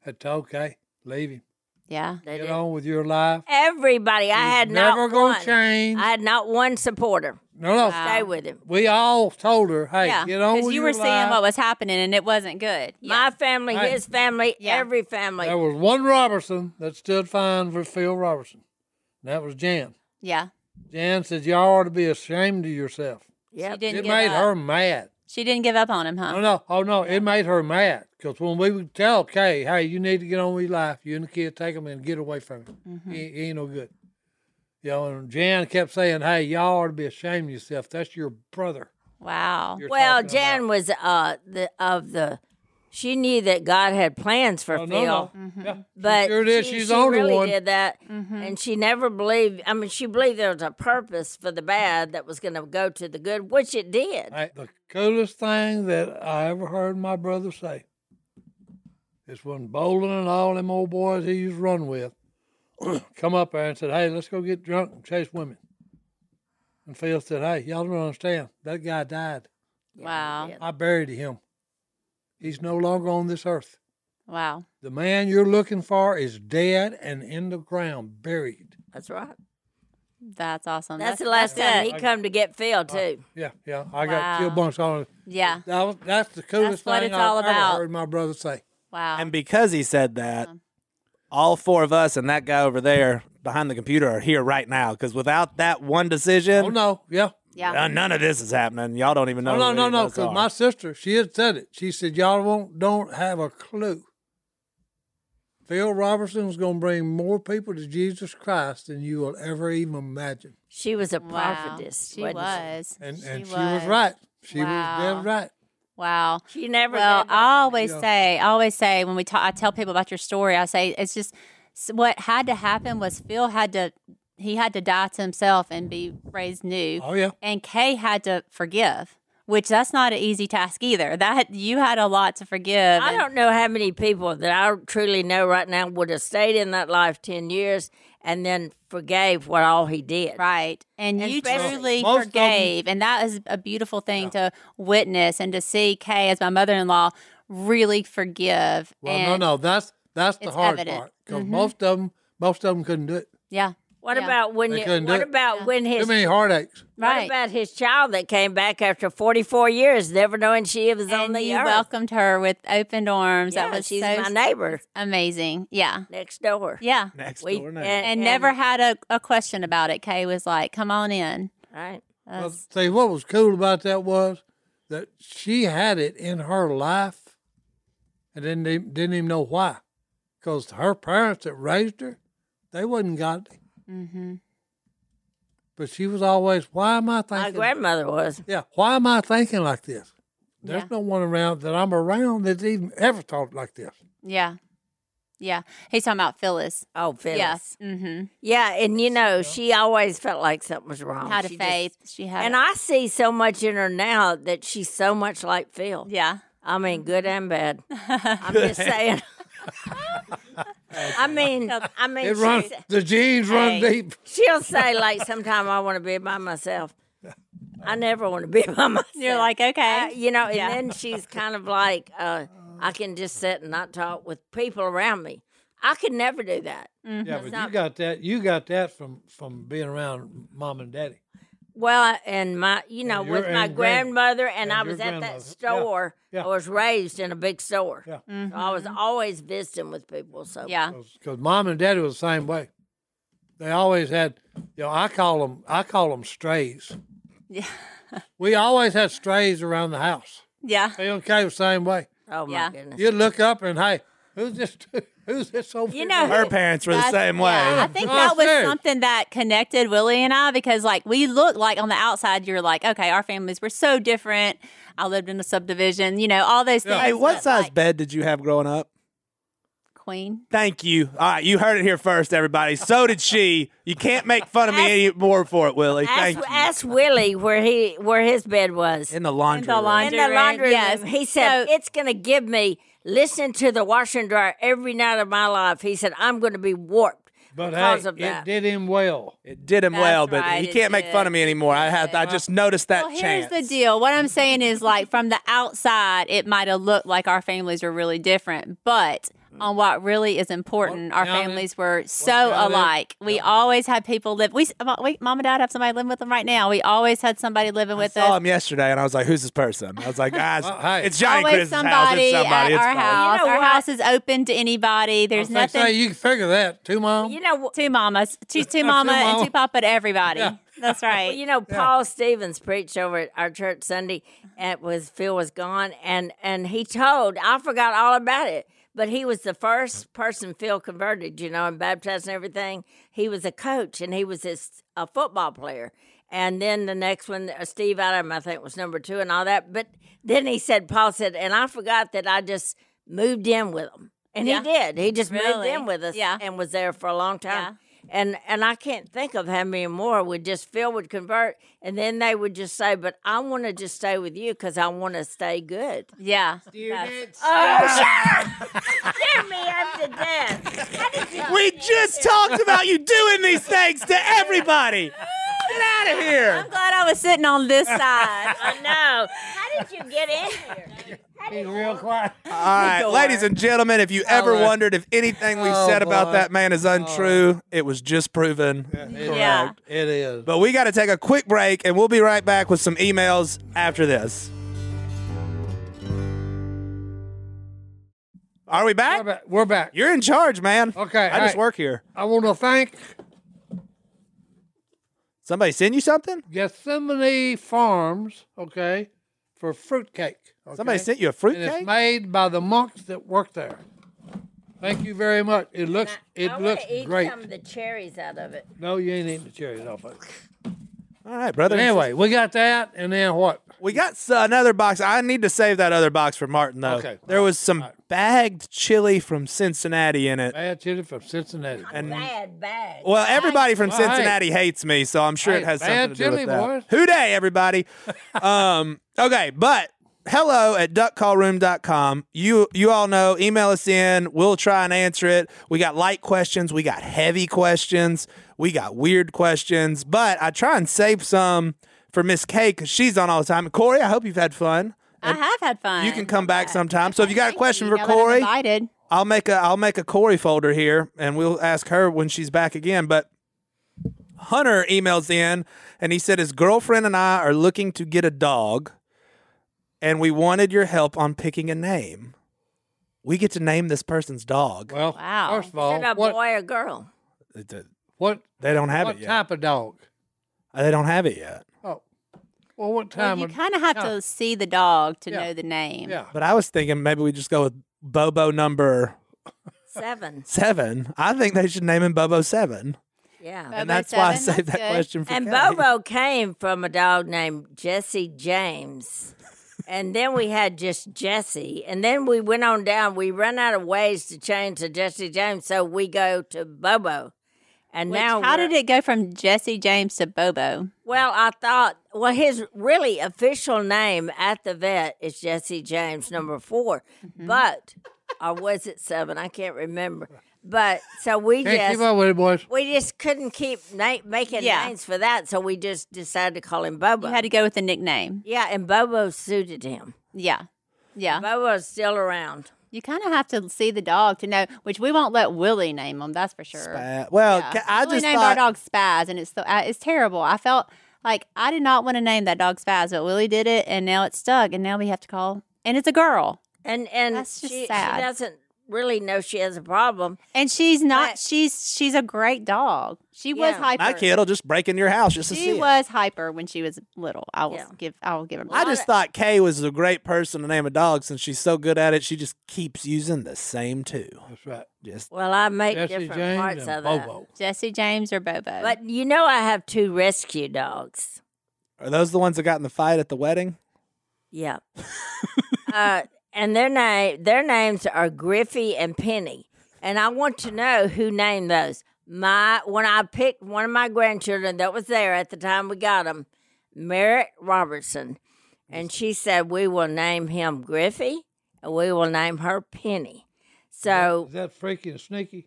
B: had told Kay, leave him.
C: Yeah.
D: They
B: Get
D: did.
B: on with your life.
D: Everybody, I
B: He's
D: had
B: never
D: not
B: gonna
D: one.
B: change.
D: I had not one supporter
B: No, no.
D: stay with him.
B: We all told her, hey,
C: yeah.
B: get on with
C: you
B: your
C: were seeing
B: life.
C: what was happening and it wasn't good.
D: My family,
B: Right.
D: his family,
C: Yeah.
D: every family.
B: There was one Robertson that stood fine for Phil Robertson, and that was Jan.
C: yeah.
B: Jan said, Y'all ought to be ashamed of yourself.
D: Yep.
C: She didn't
B: It
C: give
B: made
C: up.
B: her mad.
C: She didn't give up on him, huh?
B: Oh, no. Oh, no. It made her mad. Because when we would tell Kay, hey, you need to get on with your life, you and the kid take him and get away from him. He, he ain't no good. You know, and Jan kept saying, hey, y'all ought to be ashamed of yourself. That's your brother.
C: Wow.
B: you're
D: Well,
B: talking about."
D: Jan was uh the of the. She knew that God had plans for
B: Oh,
D: Phil.
B: no, no. Yeah.
D: But
B: sure did.
D: she,
B: She's
D: she
B: on to
D: really
B: one.
D: did that, and she never believed. I mean, she believed there was a purpose for the bad that was going to go to the good, which it did.
B: I, the coolest thing that I ever heard my brother say It's when Bolin and all them old boys he used to run with come up there and said, Hey, let's go get drunk and chase women. And Phil said, Hey, y'all don't understand. That guy died.
C: Wow.
B: I buried him. He's no longer on this earth.
C: Wow.
B: The man you're looking for is dead and in the ground, buried.
D: That's right.
C: That's awesome.
D: That's, the last time
C: it.
D: he come to get Phil too.
B: Yeah, yeah. I got killed
C: Wow.
B: bunch on
C: Yeah.
B: That was, that's the coolest
C: what
B: thing
C: it's
B: I've
C: all
B: ever
C: about.
B: heard my brother say.
C: Wow.
A: And because he said that,
C: Uh-huh.
A: all four of us and that guy over there behind the computer are here right now. Because without that one decision,
B: Oh no, yeah.
C: yeah.
A: uh, none of this is happening. Y'all don't even know.
B: Oh no,
A: who
B: no,
A: any
B: no.
A: of us
B: Because
A: are.
B: my sister, she had said it. She said, "Y'all won't don't have a clue." Phil Robertson's going to bring more people to Jesus Christ than you will ever even imagine,
D: She was a
C: Wow.
D: prophetess.
C: She
D: wasn't
C: was.
B: and
C: she
B: and
C: was.
B: she was, right. She was
C: Wow.
B: dead right.
C: Wow.
D: she? She never.
C: Well,
D: did that.
C: I always
B: Yeah.
C: say, I always say when we talk, I tell people about your story. I say it's just s- what had to happen was Phil had to he had to die to himself and be raised new,
B: Oh yeah,
C: and Kay had to forgive, which that's not an easy task either. That you had a lot to forgive.
D: I
C: and-
D: don't know how many people that I truly know right now would have stayed in that life ten years and then forgave what all he did.
C: Right. And,
D: And
C: you
D: especially-
C: truly
B: Most of 'em-
C: forgave. And that is a beautiful thing to witness and to see Kay as my mother in law really forgive.
B: well,
C: and
B: no, no. That's that's the
C: it's
B: hard
C: evident. Mm-hmm.
B: part because most of them, most of them couldn't do it.
C: Yeah.
D: What
C: Yeah.
D: about when
B: They
D: you?
B: couldn't do
D: What
B: it.
D: about when his?
B: Too many heartaches.
D: What
C: Right.
D: about his child that came back after 44 years, never knowing she was on
C: And
D: the
C: you
D: earth?
C: welcomed her with open arms.
D: yeah,
C: that was
D: she's
C: so
D: my neighbor
C: amazing. Yeah.
D: next door.
C: Yeah.
A: next
D: We-
A: door neighbor.
D: and-
C: And, never had a, a question about it. Kay was like, come on in.
D: Right.
B: Well,
C: That's-
B: see, what was cool about that was that she had it in her life and didn't, e- didn't even know why. Because her parents that raised her, they wasn't godly.
C: Mhm.
B: But she was always, why am I
D: My
B: thinking?
D: grandmother was.
B: yeah, why am I thinking like this? There's
C: Yeah.
B: no one around that I'm around that's even ever thought like this.
C: Yeah. Yeah. He's talking about Phyllis.
D: Oh, Phyllis.
C: Yes. Yeah. Mm-hmm.
D: Yeah, and you know, she always felt like something was wrong.
C: Had a
D: Oh, She just-
C: faith. she had.
D: and
C: a-
D: I see so much in her now that she's so much like Phil.
C: yeah.
D: I mean, good and bad. I'm just saying. I mean, I mean,
B: It runs,
D: she's-
B: the genes run
C: Hey.
B: deep.
D: she'll say like, "Sometime I want to be by myself." I never want to be by myself.
C: You're like, okay.
D: Uh, you know, and
C: Yeah.
D: then she's kind of like, uh, "I can just sit and not talk with people around me." I could never do that.
B: Yeah, but
D: not-
B: you got that. You got that from from being around mom and daddy.
D: Well, and my, you know,
B: And
D: with
B: your-
D: my
B: and grand-
D: grandmother, and,
B: and
D: I
B: your
D: was at
B: grandmother.
D: that
B: Yeah,
D: store.
B: yeah.
D: I was raised in a big store,
B: Yeah.
D: so I was always visiting with people. So
C: Mm-hmm. Yeah.
B: because mom and daddy was the same way. They always had, you know, I call them, I call them strays.
C: Yeah.
B: We always had strays around the house.
C: Yeah.
B: Phil and Kay was the same way.
D: oh my
C: Yeah.
D: goodness,
B: You'd look up and hey, who's this? Who's this over?
D: you
B: here?
D: know,
A: Her parents were the
C: That's-
A: same way.
C: yeah, I think
B: Oh,
C: that was
B: sure.
C: something that connected Willie and I because, like, we look like on the outside, you're like, okay, our families were so different. I lived in a subdivision, you know, all those things.
B: Yeah.
A: Hey, what
C: but,
A: size
C: like,
A: bed did you have growing up?
C: queen?
A: Thank you. All right, you heard it here first, everybody. So did she. You can't make fun of me
D: Ask-
A: anymore for it, Willie. Thank
D: ask,
A: you.
D: ask Willie where he where his bed was
A: in the laundry.
C: the
A: room.
C: laundry-
D: in the laundry
C: yes.
D: room. He said
C: So-
D: it's going to give me listen to the washer and dryer every night of my life. He said I'm going to be warped
B: but
D: because
B: hey,
D: of that.
B: it did him well.
A: It did him
C: That's
A: well, but
C: right,
A: he
C: it
A: can't make
C: did.
A: fun of me anymore. I had I just noticed that
C: Well,
A: chance.
C: here's the deal. What I'm saying is, like, from the outside, it might have looked like our families were really different, but on what really is important,
B: What
C: our
B: counted-
C: families were so
B: counted-
C: alike. We always had people live. We, s- we, mom and dad have somebody living with them right now. We always had somebody living
A: I
C: with us.
A: saw him yesterday, and I was like, "Who's this person?" I was like, "Guys,
B: Uh, hey.
A: it's Johnny
C: always
A: Chris's house.
C: somebody
A: It's somebody.
C: at
A: It's
C: our
A: fine."
C: house.
D: You know
C: our
D: what?
C: house is open to anybody. There's
B: I was gonna
C: nothing.
B: Say, you can figure that too, mom.
D: you know,
C: two mamas, two two mama
B: mama.
C: and two papa to everybody.
B: Yeah.
C: That's
D: Well,
C: right.
D: you know, Paul Stevens preached over at our church Sunday, and it was Phil was gone, and and he told I forgot all about it, but he was the first person Phil converted, you know, and baptized and everything. He was a coach, and he was this a football player, and then the next one, uh, Steve Adam, I think, was number two, and all that. But then he said, Paul said, and I forgot that I just moved in with him, and
C: Yeah.
D: he did. He just moved
C: Really?
D: in with us,
C: Yeah.
D: and was there for a long time. and and I can't think of how many more would just Phil would convert, and then they would just say, "But I want to just stay with you because I want to stay good."
C: Yeah.
E: Students.
D: Tear me up to death. How did you?
A: We just talked about you doing these things to everybody. Get out of here.
C: I'm glad I was sitting on this side.
D: I know. How did you get in here?
B: He's real quiet.
A: All right, ladies and gentlemen, if you ever
B: All right.
A: wondered if anything we
B: Oh,
A: said about
B: boy.
A: that man is untrue, it was just proven.
C: Yeah.
B: It is.
A: But we got to take a quick break, and we'll be right back with some emails after this. Are we
B: We're
A: back?
B: back. We're back.
A: You're in charge, man.
B: Okay,
A: I
B: all
A: just
B: right.
A: work here.
B: I want to thank
A: Somebody send you something?
B: Gethsemane Farms, okay, for fruitcake. Okay?
A: Somebody sent you a
B: And it's
A: fruitcake?
B: made by the monks that work there. Thank you very much. It looks it
D: I
B: looks
D: want to eat
B: great.
D: some of the cherries out of it.
B: No, you ain't eating the cherries off of it.
A: All right, brother.
B: But anyway, we got that, and then what?
A: We got s- another box. I need to save that other box for Martin, though.
B: Okay.
A: There was some bagged chili from Cincinnati in it.
B: Bad chili from Cincinnati.
A: And
D: Bad bag.
A: well, everybody from
B: Well, hey.
A: Cincinnati hates me, so I'm sure it
B: Hey,
A: has
B: bad
A: something to do with
B: chili,
A: that.
B: boys.
A: Who day, everybody? um, okay, but hello at duckcallroom.com. You you all know, email us in. We'll try and answer it. We got light questions, we got heavy questions, we got weird questions, but I try and save some for Miss K because she's on all the time. Corey, I hope you've had fun.
C: I have had fun.
A: You can come back sometime. So if you got a question for
C: You know that I'm
A: Corey,
C: Invited.
A: I'll make a I'll make a Corey folder here, and we'll ask her when she's back again. But Hunter emails in, and he said his girlfriend and I are looking to get a dog, and we wanted your help on picking a name. We get to name this person's dog.
B: Well,
C: Wow.
B: first of
D: Is
B: all,
D: it a
B: what,
D: boy or girl?
A: It- it-
B: what
A: they don't have
B: what
A: it yet.
B: type of dog?
A: They don't have it yet.
B: Oh, well, what
C: Well,
B: time?
C: you
B: of-
C: kind of have
B: time.
C: to see the dog to
B: Yeah.
C: know the name.
B: Yeah.
A: But I was thinking maybe we just go with Bobo number
D: Seven.
A: seven. I think they should name him Bobo seven,
D: Yeah.
C: Bobo
A: and that's why I
C: seven,
A: saved
C: that's
A: that
C: good.
A: question for
D: And
A: Kelly.
D: Bobo came from a dog named Jesse James. And then we had just Jesse. And then we went on down. We ran out of ways to change to Jesse James. So we go to Bobo. And
C: Which,
D: now
C: how
D: we're-
C: did it go from Jesse James to Bobo?
D: Well, I thought, well, his really official name at the vet is Jesse James, number 4
C: Mm-hmm.
D: But, or was it seven? I can't remember. But so we
B: Can't
D: just
B: keep up with it, boys.
D: we just couldn't keep na- making
C: Yeah.
D: names for that, so we just decided to call him Bobo.
C: You had to go with the nickname.
D: yeah, and Bobo suited him.
C: Yeah. Yeah.
D: Bobo's still around.
C: You kind of have to see the dog to know, which we won't let Willie name him. That's for sure.
A: Spaz. Uh, Well,
C: Yeah.
A: ca- I
C: Willie
A: just
C: named
A: thought
C: our dog Spaz, and it's the, uh, it's terrible. I felt like I did not want to name that dog Spaz, but Willie did it, and now it's stuck, and now we have to call, and it's a girl,
D: And and
C: That's just
D: she, she
C: sad.
D: doesn't really know she has a problem.
C: and she's not.
D: But-
C: she's she's a great dog. She was
D: Yeah.
C: hyper.
A: my kid will just break in your house just to
C: She
A: see. it.
C: was hyper when she was little. I will
D: Yeah.
C: give. I will give her.
A: I just thought Kay was a great person to name a dog since she's so good at it. She just keeps using the same two.
B: That's right.
A: Just
D: Well, I make
B: Jesse
D: different
B: James
D: parts
B: and
D: of
B: Bobo.
C: Jesse James or Bobo.
D: that. But you know, I have two rescue dogs.
A: are those the ones that got in the fight at the wedding?
D: Yeah. uh, and their name their names are Griffey and Penny. And I want to know who named those. My when I picked one of my grandchildren that was there at the time we got him, Merritt Robertson, and she said we will name him Griffey and we will name her Penny. So
B: Is that freaky and sneaky?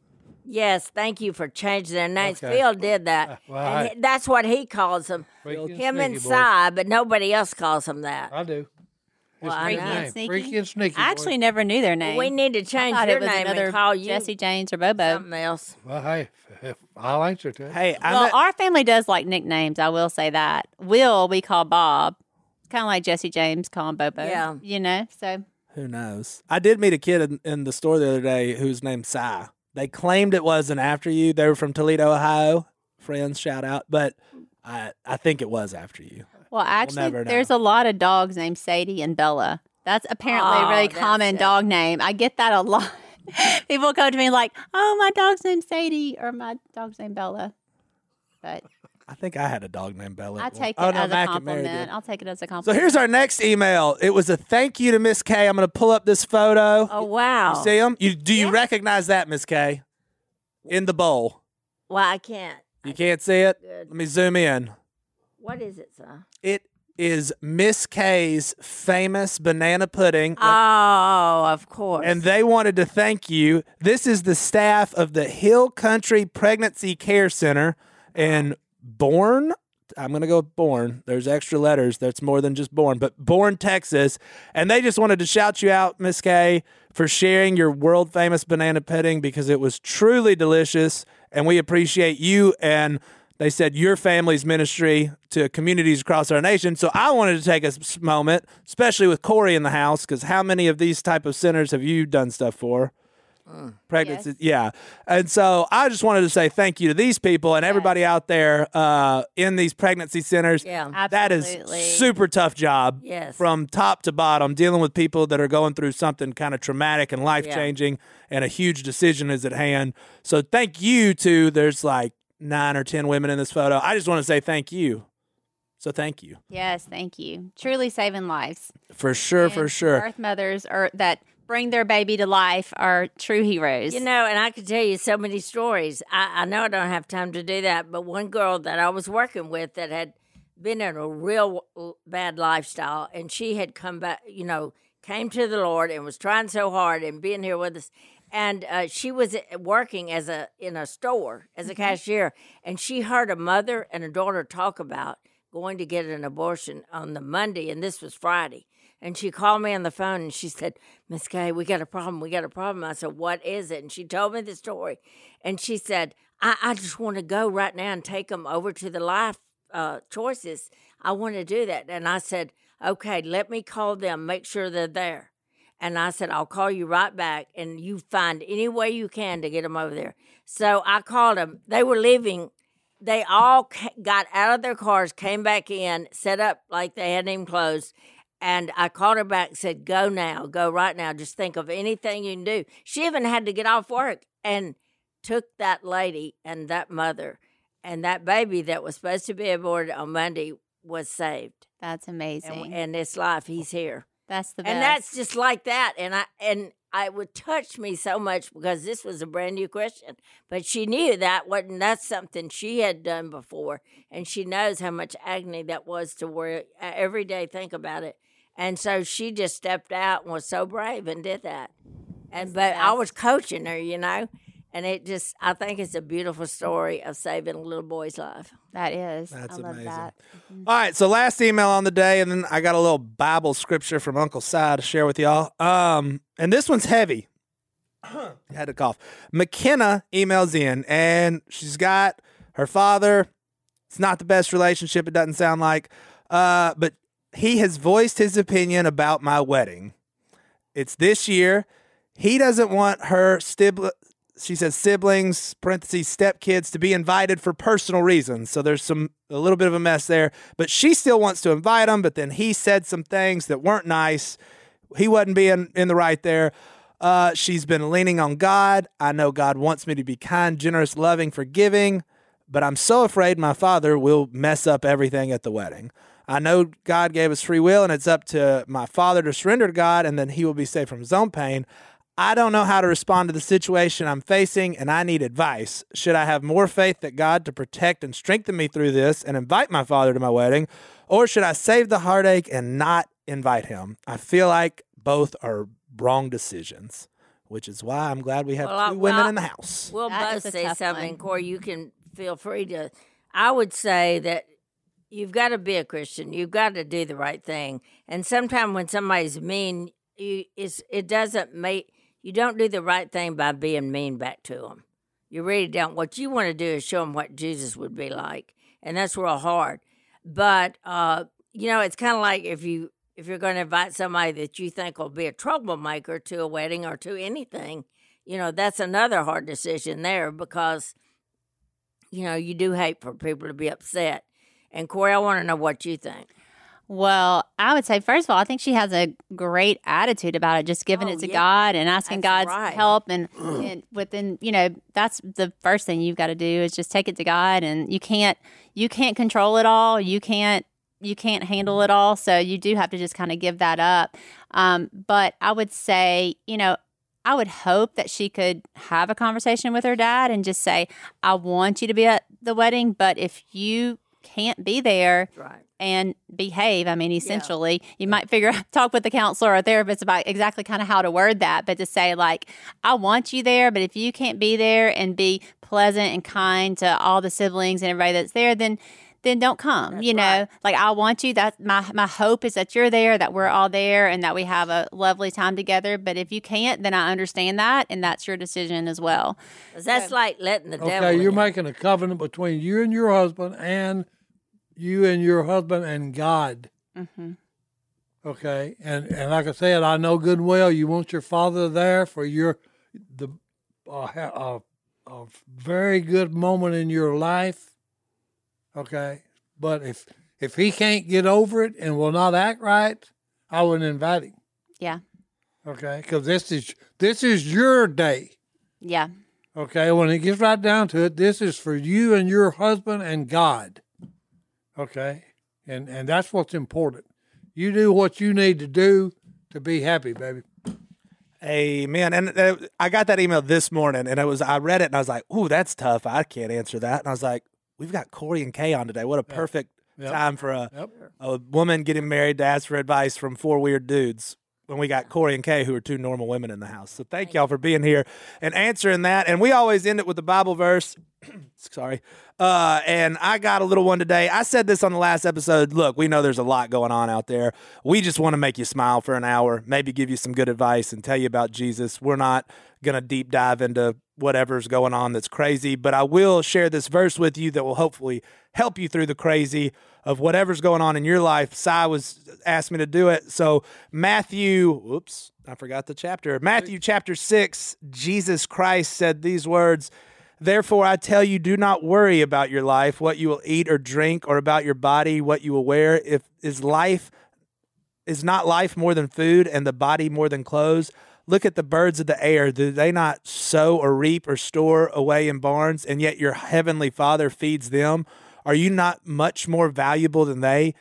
D: yes, thank you for changing their names.
B: Okay.
D: Phil did that,
B: Ah, well,
D: and
B: I-
D: he- that's what he calls them.
B: Freaky and
D: Him
B: sneaky,
D: and
B: boys.
D: Si, but nobody else calls him that.
B: I do.
D: Well,
B: It's
D: I
B: freaky,
D: know.
B: and sneaky. freaky and sneaky.
C: I
B: boys.
C: actually never knew their name.
D: We need to change
C: thought
D: your
C: it was
D: name
C: another
D: and call you
C: Jesse James or Bobo.
D: something else.
B: Well, hey, if- I'll answer to it.
A: Hey, I
C: Well, uh
A: met-
C: our family does like nicknames. I will say that. Will we call Bob? Kind of like Jesse James calling Bobo.
D: Yeah.
C: you know. So
A: who knows? I did meet a kid in, in the store the other day whose named Si. They claimed it wasn't after you. They were from Toledo, Ohio. Friends, shout out. But I, I think it was after you.
C: well, actually,
A: never know.
C: there's a lot of dogs named Sadie and Bella. That's apparently a
D: Oh,
C: really
D: that's
C: common
D: it.
C: dog name. I get that a lot. People come to me like, "Oh, my dog's named Sadie," or "My dog's named Bella." But
A: I think I had a dog named Bella.
C: I
A: at one-
C: take it
A: oh, no,
C: as a
A: Mac and Mary did.
C: compliment. I'll take it as a
A: So
C: compliment.
A: here's our next email. It was a thank you to Miss K. I'm going to pull up this photo.
D: Oh wow!
A: You see him? You do you recognize that, Miss K? In the bowl.
D: Well, I can't.
A: You can't see it.
D: Good.
A: Let me zoom in.
D: What is it, son?
A: It is Miss K's famous banana pudding.
D: Oh, of course.
A: and they wanted to thank you. This is the staff of the Hill Country Pregnancy Care Center in Bourne. I'm going to go with Bourne. There's extra letters. That's more than just Bourne, but Bourne, Texas. And they just wanted to shout you out, Miss Kay, for sharing your world famous banana pudding because it was truly delicious. And we appreciate you and they said your family's ministry to communities across our nation. So I wanted to take a s- moment, especially with Corey in the house, because how many of these type of centers have you done stuff for? Pregnancy,
C: Yes.
A: yeah. And so I just wanted to say thank you to these people and everybody out there uh, in these pregnancy centers.
D: yeah.
A: That is
C: Absolutely.
A: super tough job.
D: Yes.
A: From top to bottom, dealing with people that are going through something kind of traumatic and life changing, and a huge decision is at hand. So thank you to there's like nine or ten women in this photo. I just want to say thank you. So thank you
C: Yes, thank you. Truly saving lives.
A: for sure, for
C: And
A: sure.
C: Birth mothers are that bring their baby to life are true heroes.
D: You know, and I could tell you so many stories. I, I know I don't have time to do that, but one girl that I was working with that had been in a real l- bad lifestyle, and she had come back, you know, came to the Lord and was trying so hard and being here with us. And uh, she was uh, working as a in a store as a cashier, and she heard a mother and a daughter talk about going to get an abortion on the Monday, and this was Friday. And she called me on the phone and she said, Miss Kay, we got a problem. We got a problem. I said, What is it? And she told me the story. And she said, I, I just want to go right now and take them over to the life uh, choices. I want to do that. And I said, Okay, let me call them, make sure they're there. And I said, I'll call you right back and you find any way you can to get them over there. So I called them. They were leaving. They all ca- got out of their cars, came back in, set up like they hadn't even closed. And I called her back and said, Go now, go right now. Just think of anything you can do. She even had to get off work and took that lady and that mother and that baby that was supposed to be aborted on Monday was saved.
C: That's amazing.
D: And, and it's life. He's here
C: that's the best.
D: and that's just like that and i and I would touch me so much because this was a brand new question, but she knew that wasn't that's something she had done before, and she knows how much agony that was to where uh, every day think about it, and so she just stepped out and was so brave and did that, and but I was coaching her, you know, and it just I think it's a beautiful story of saving a little boy's life.
C: that is.
A: That's
C: I love
A: amazing.
C: that.
A: All right, so last email on the day, and then I got a little Bible scripture from Uncle Si to share with y'all. Um, and this one's heavy. Had to cough. McKenna emails in, and she's got her father. It's not the best relationship. It doesn't sound like, uh, but he has voiced his opinion about my wedding. It's this year. He doesn't want her sibling. She says siblings, parentheses, stepkids to be invited for personal reasons. So there's some a little bit of a mess there. But she still wants to invite them. But then he said some things that weren't nice. He wasn't being in the right there. Uh, she's been leaning on God. I know God wants me to be kind, generous, loving, forgiving but I'm so afraid my father will mess up everything at the wedding. I know God gave us free will, and it's up to my father to surrender to God, and then he will be saved from his own pain. I don't know how to respond to the situation I'm facing, and I need advice. Should I have more faith that God to protect and strengthen me through this and invite my father to my wedding, or should I save the heartache and not invite him? I feel like both are wrong decisions, which is why I'm glad we have
D: Well, I-
A: two women
D: well,
A: in the house.
D: We'll
C: That is
D: both
C: a
D: say
C: tough
D: something,
C: one.
D: Corey. You can feel free to. I would say that you've got to be a Christian. You've got to do the right thing. And sometimes when somebody's mean, you it's, it doesn't make you don't do the right thing by being mean back to them. You really don't. What you want to do is show them what Jesus would be like, and that's real hard. But uh, you know, it's kind of like if you if you're going to invite somebody that you think will be a troublemaker to a wedding or to anything, you know, that's another hard decision there because, you know, you do hate for people to be upset. And Corey, I want to know what you think.
C: Well, I would say first of all, I think she has a great attitude about it, just giving
D: Oh,
C: it to
D: yeah.
C: God and asking
D: That's
C: God's
D: right.
C: help and, and within you know, that's the first thing you've got to do is just take it to God and you can't you can't control it all. You can't you can't handle it all. So you do have to just kind of give that up. Um, but I would say, you know, I would hope that she could have a conversation with her dad and just say, I want you to be at the wedding, but if you can't be there
D: Right.
C: and behave, I mean, essentially, you might figure out, talk with the counselor or therapist about exactly kind of how to word that, but to say, like, I want you there, but if you can't be there and be pleasant and kind to all the siblings and everybody that's there, then then don't come. you know, like I want you. That my my hope is that you're there, that we're all there, and that we have a lovely time together. But if you can't, then I understand that, and that's your decision as well.
D: 'Cause that's like letting the devil.
B: Okay, you're
D: in.
B: making a covenant between you and your husband, and you and your husband and God. Okay, and and like I said, I know good and well you want your father there for your the uh, ha- a, a very good moment in your life. Okay, but if if he can't get over it and will not act right, I wouldn't invite him.
C: Yeah,
B: Okay, because this is this is your day.
C: yeah,
B: Okay, when it gets right down to it, this is for you and your husband and God. Okay? And and that's what's important. You do what you need to do to be happy, baby.
A: Amen. And uh, I got that email this morning, and it was I read it, and I was like, "Ooh, that's tough. I can't answer that." And I was like, "We've got Corey and Kay on today. What a perfect
B: Yep.
A: time for a
B: Yep.
A: a woman getting married to ask for advice from four weird dudes." When we got Corey and Kay, who are two normal women in the house. So thank y'all for being here and answering that. And we always end it with the Bible verse. Sorry. Uh, and I got a little one today. I said this on the last episode. Look, we know there's a lot going on out there. We just want to make you smile for an hour, maybe give you some good advice and tell you about Jesus. We're not going to deep dive into whatever's going on that's crazy, but I will share this verse with you that will hopefully help you through the crazy of whatever's going on in your life. Cy was uh, asked me to do it. So, Matthew, whoops, I forgot the chapter. Matthew chapter 6, Jesus Christ said these words. Therefore, I tell you, do not worry about your life, what you will eat or drink, or about your body, what you will wear. If is life is not life more than food, and the body more than clothes? Look at the birds of the air. Do they not sow or reap or store away in barns, and yet your heavenly Father feeds them? Are you not much more valuable than they?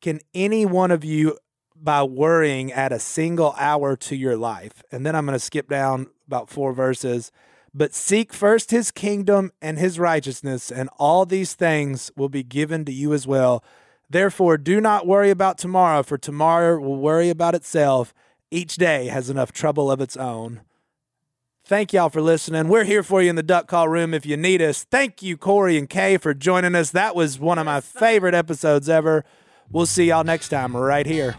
A: Can any one of you, by worrying, add a single hour to your life? And then I'm going to skip down about four verses. But seek first his kingdom and his righteousness, and all these things will be given to you as well. Therefore, do not worry about tomorrow, for tomorrow will worry about itself. Each day has enough trouble of its own. Thank y'all for listening. We're here for you in the duck call room if you need us. Thank you, Corey and Kay, for joining us. That was one of my favorite episodes ever. We'll see y'all next time right here.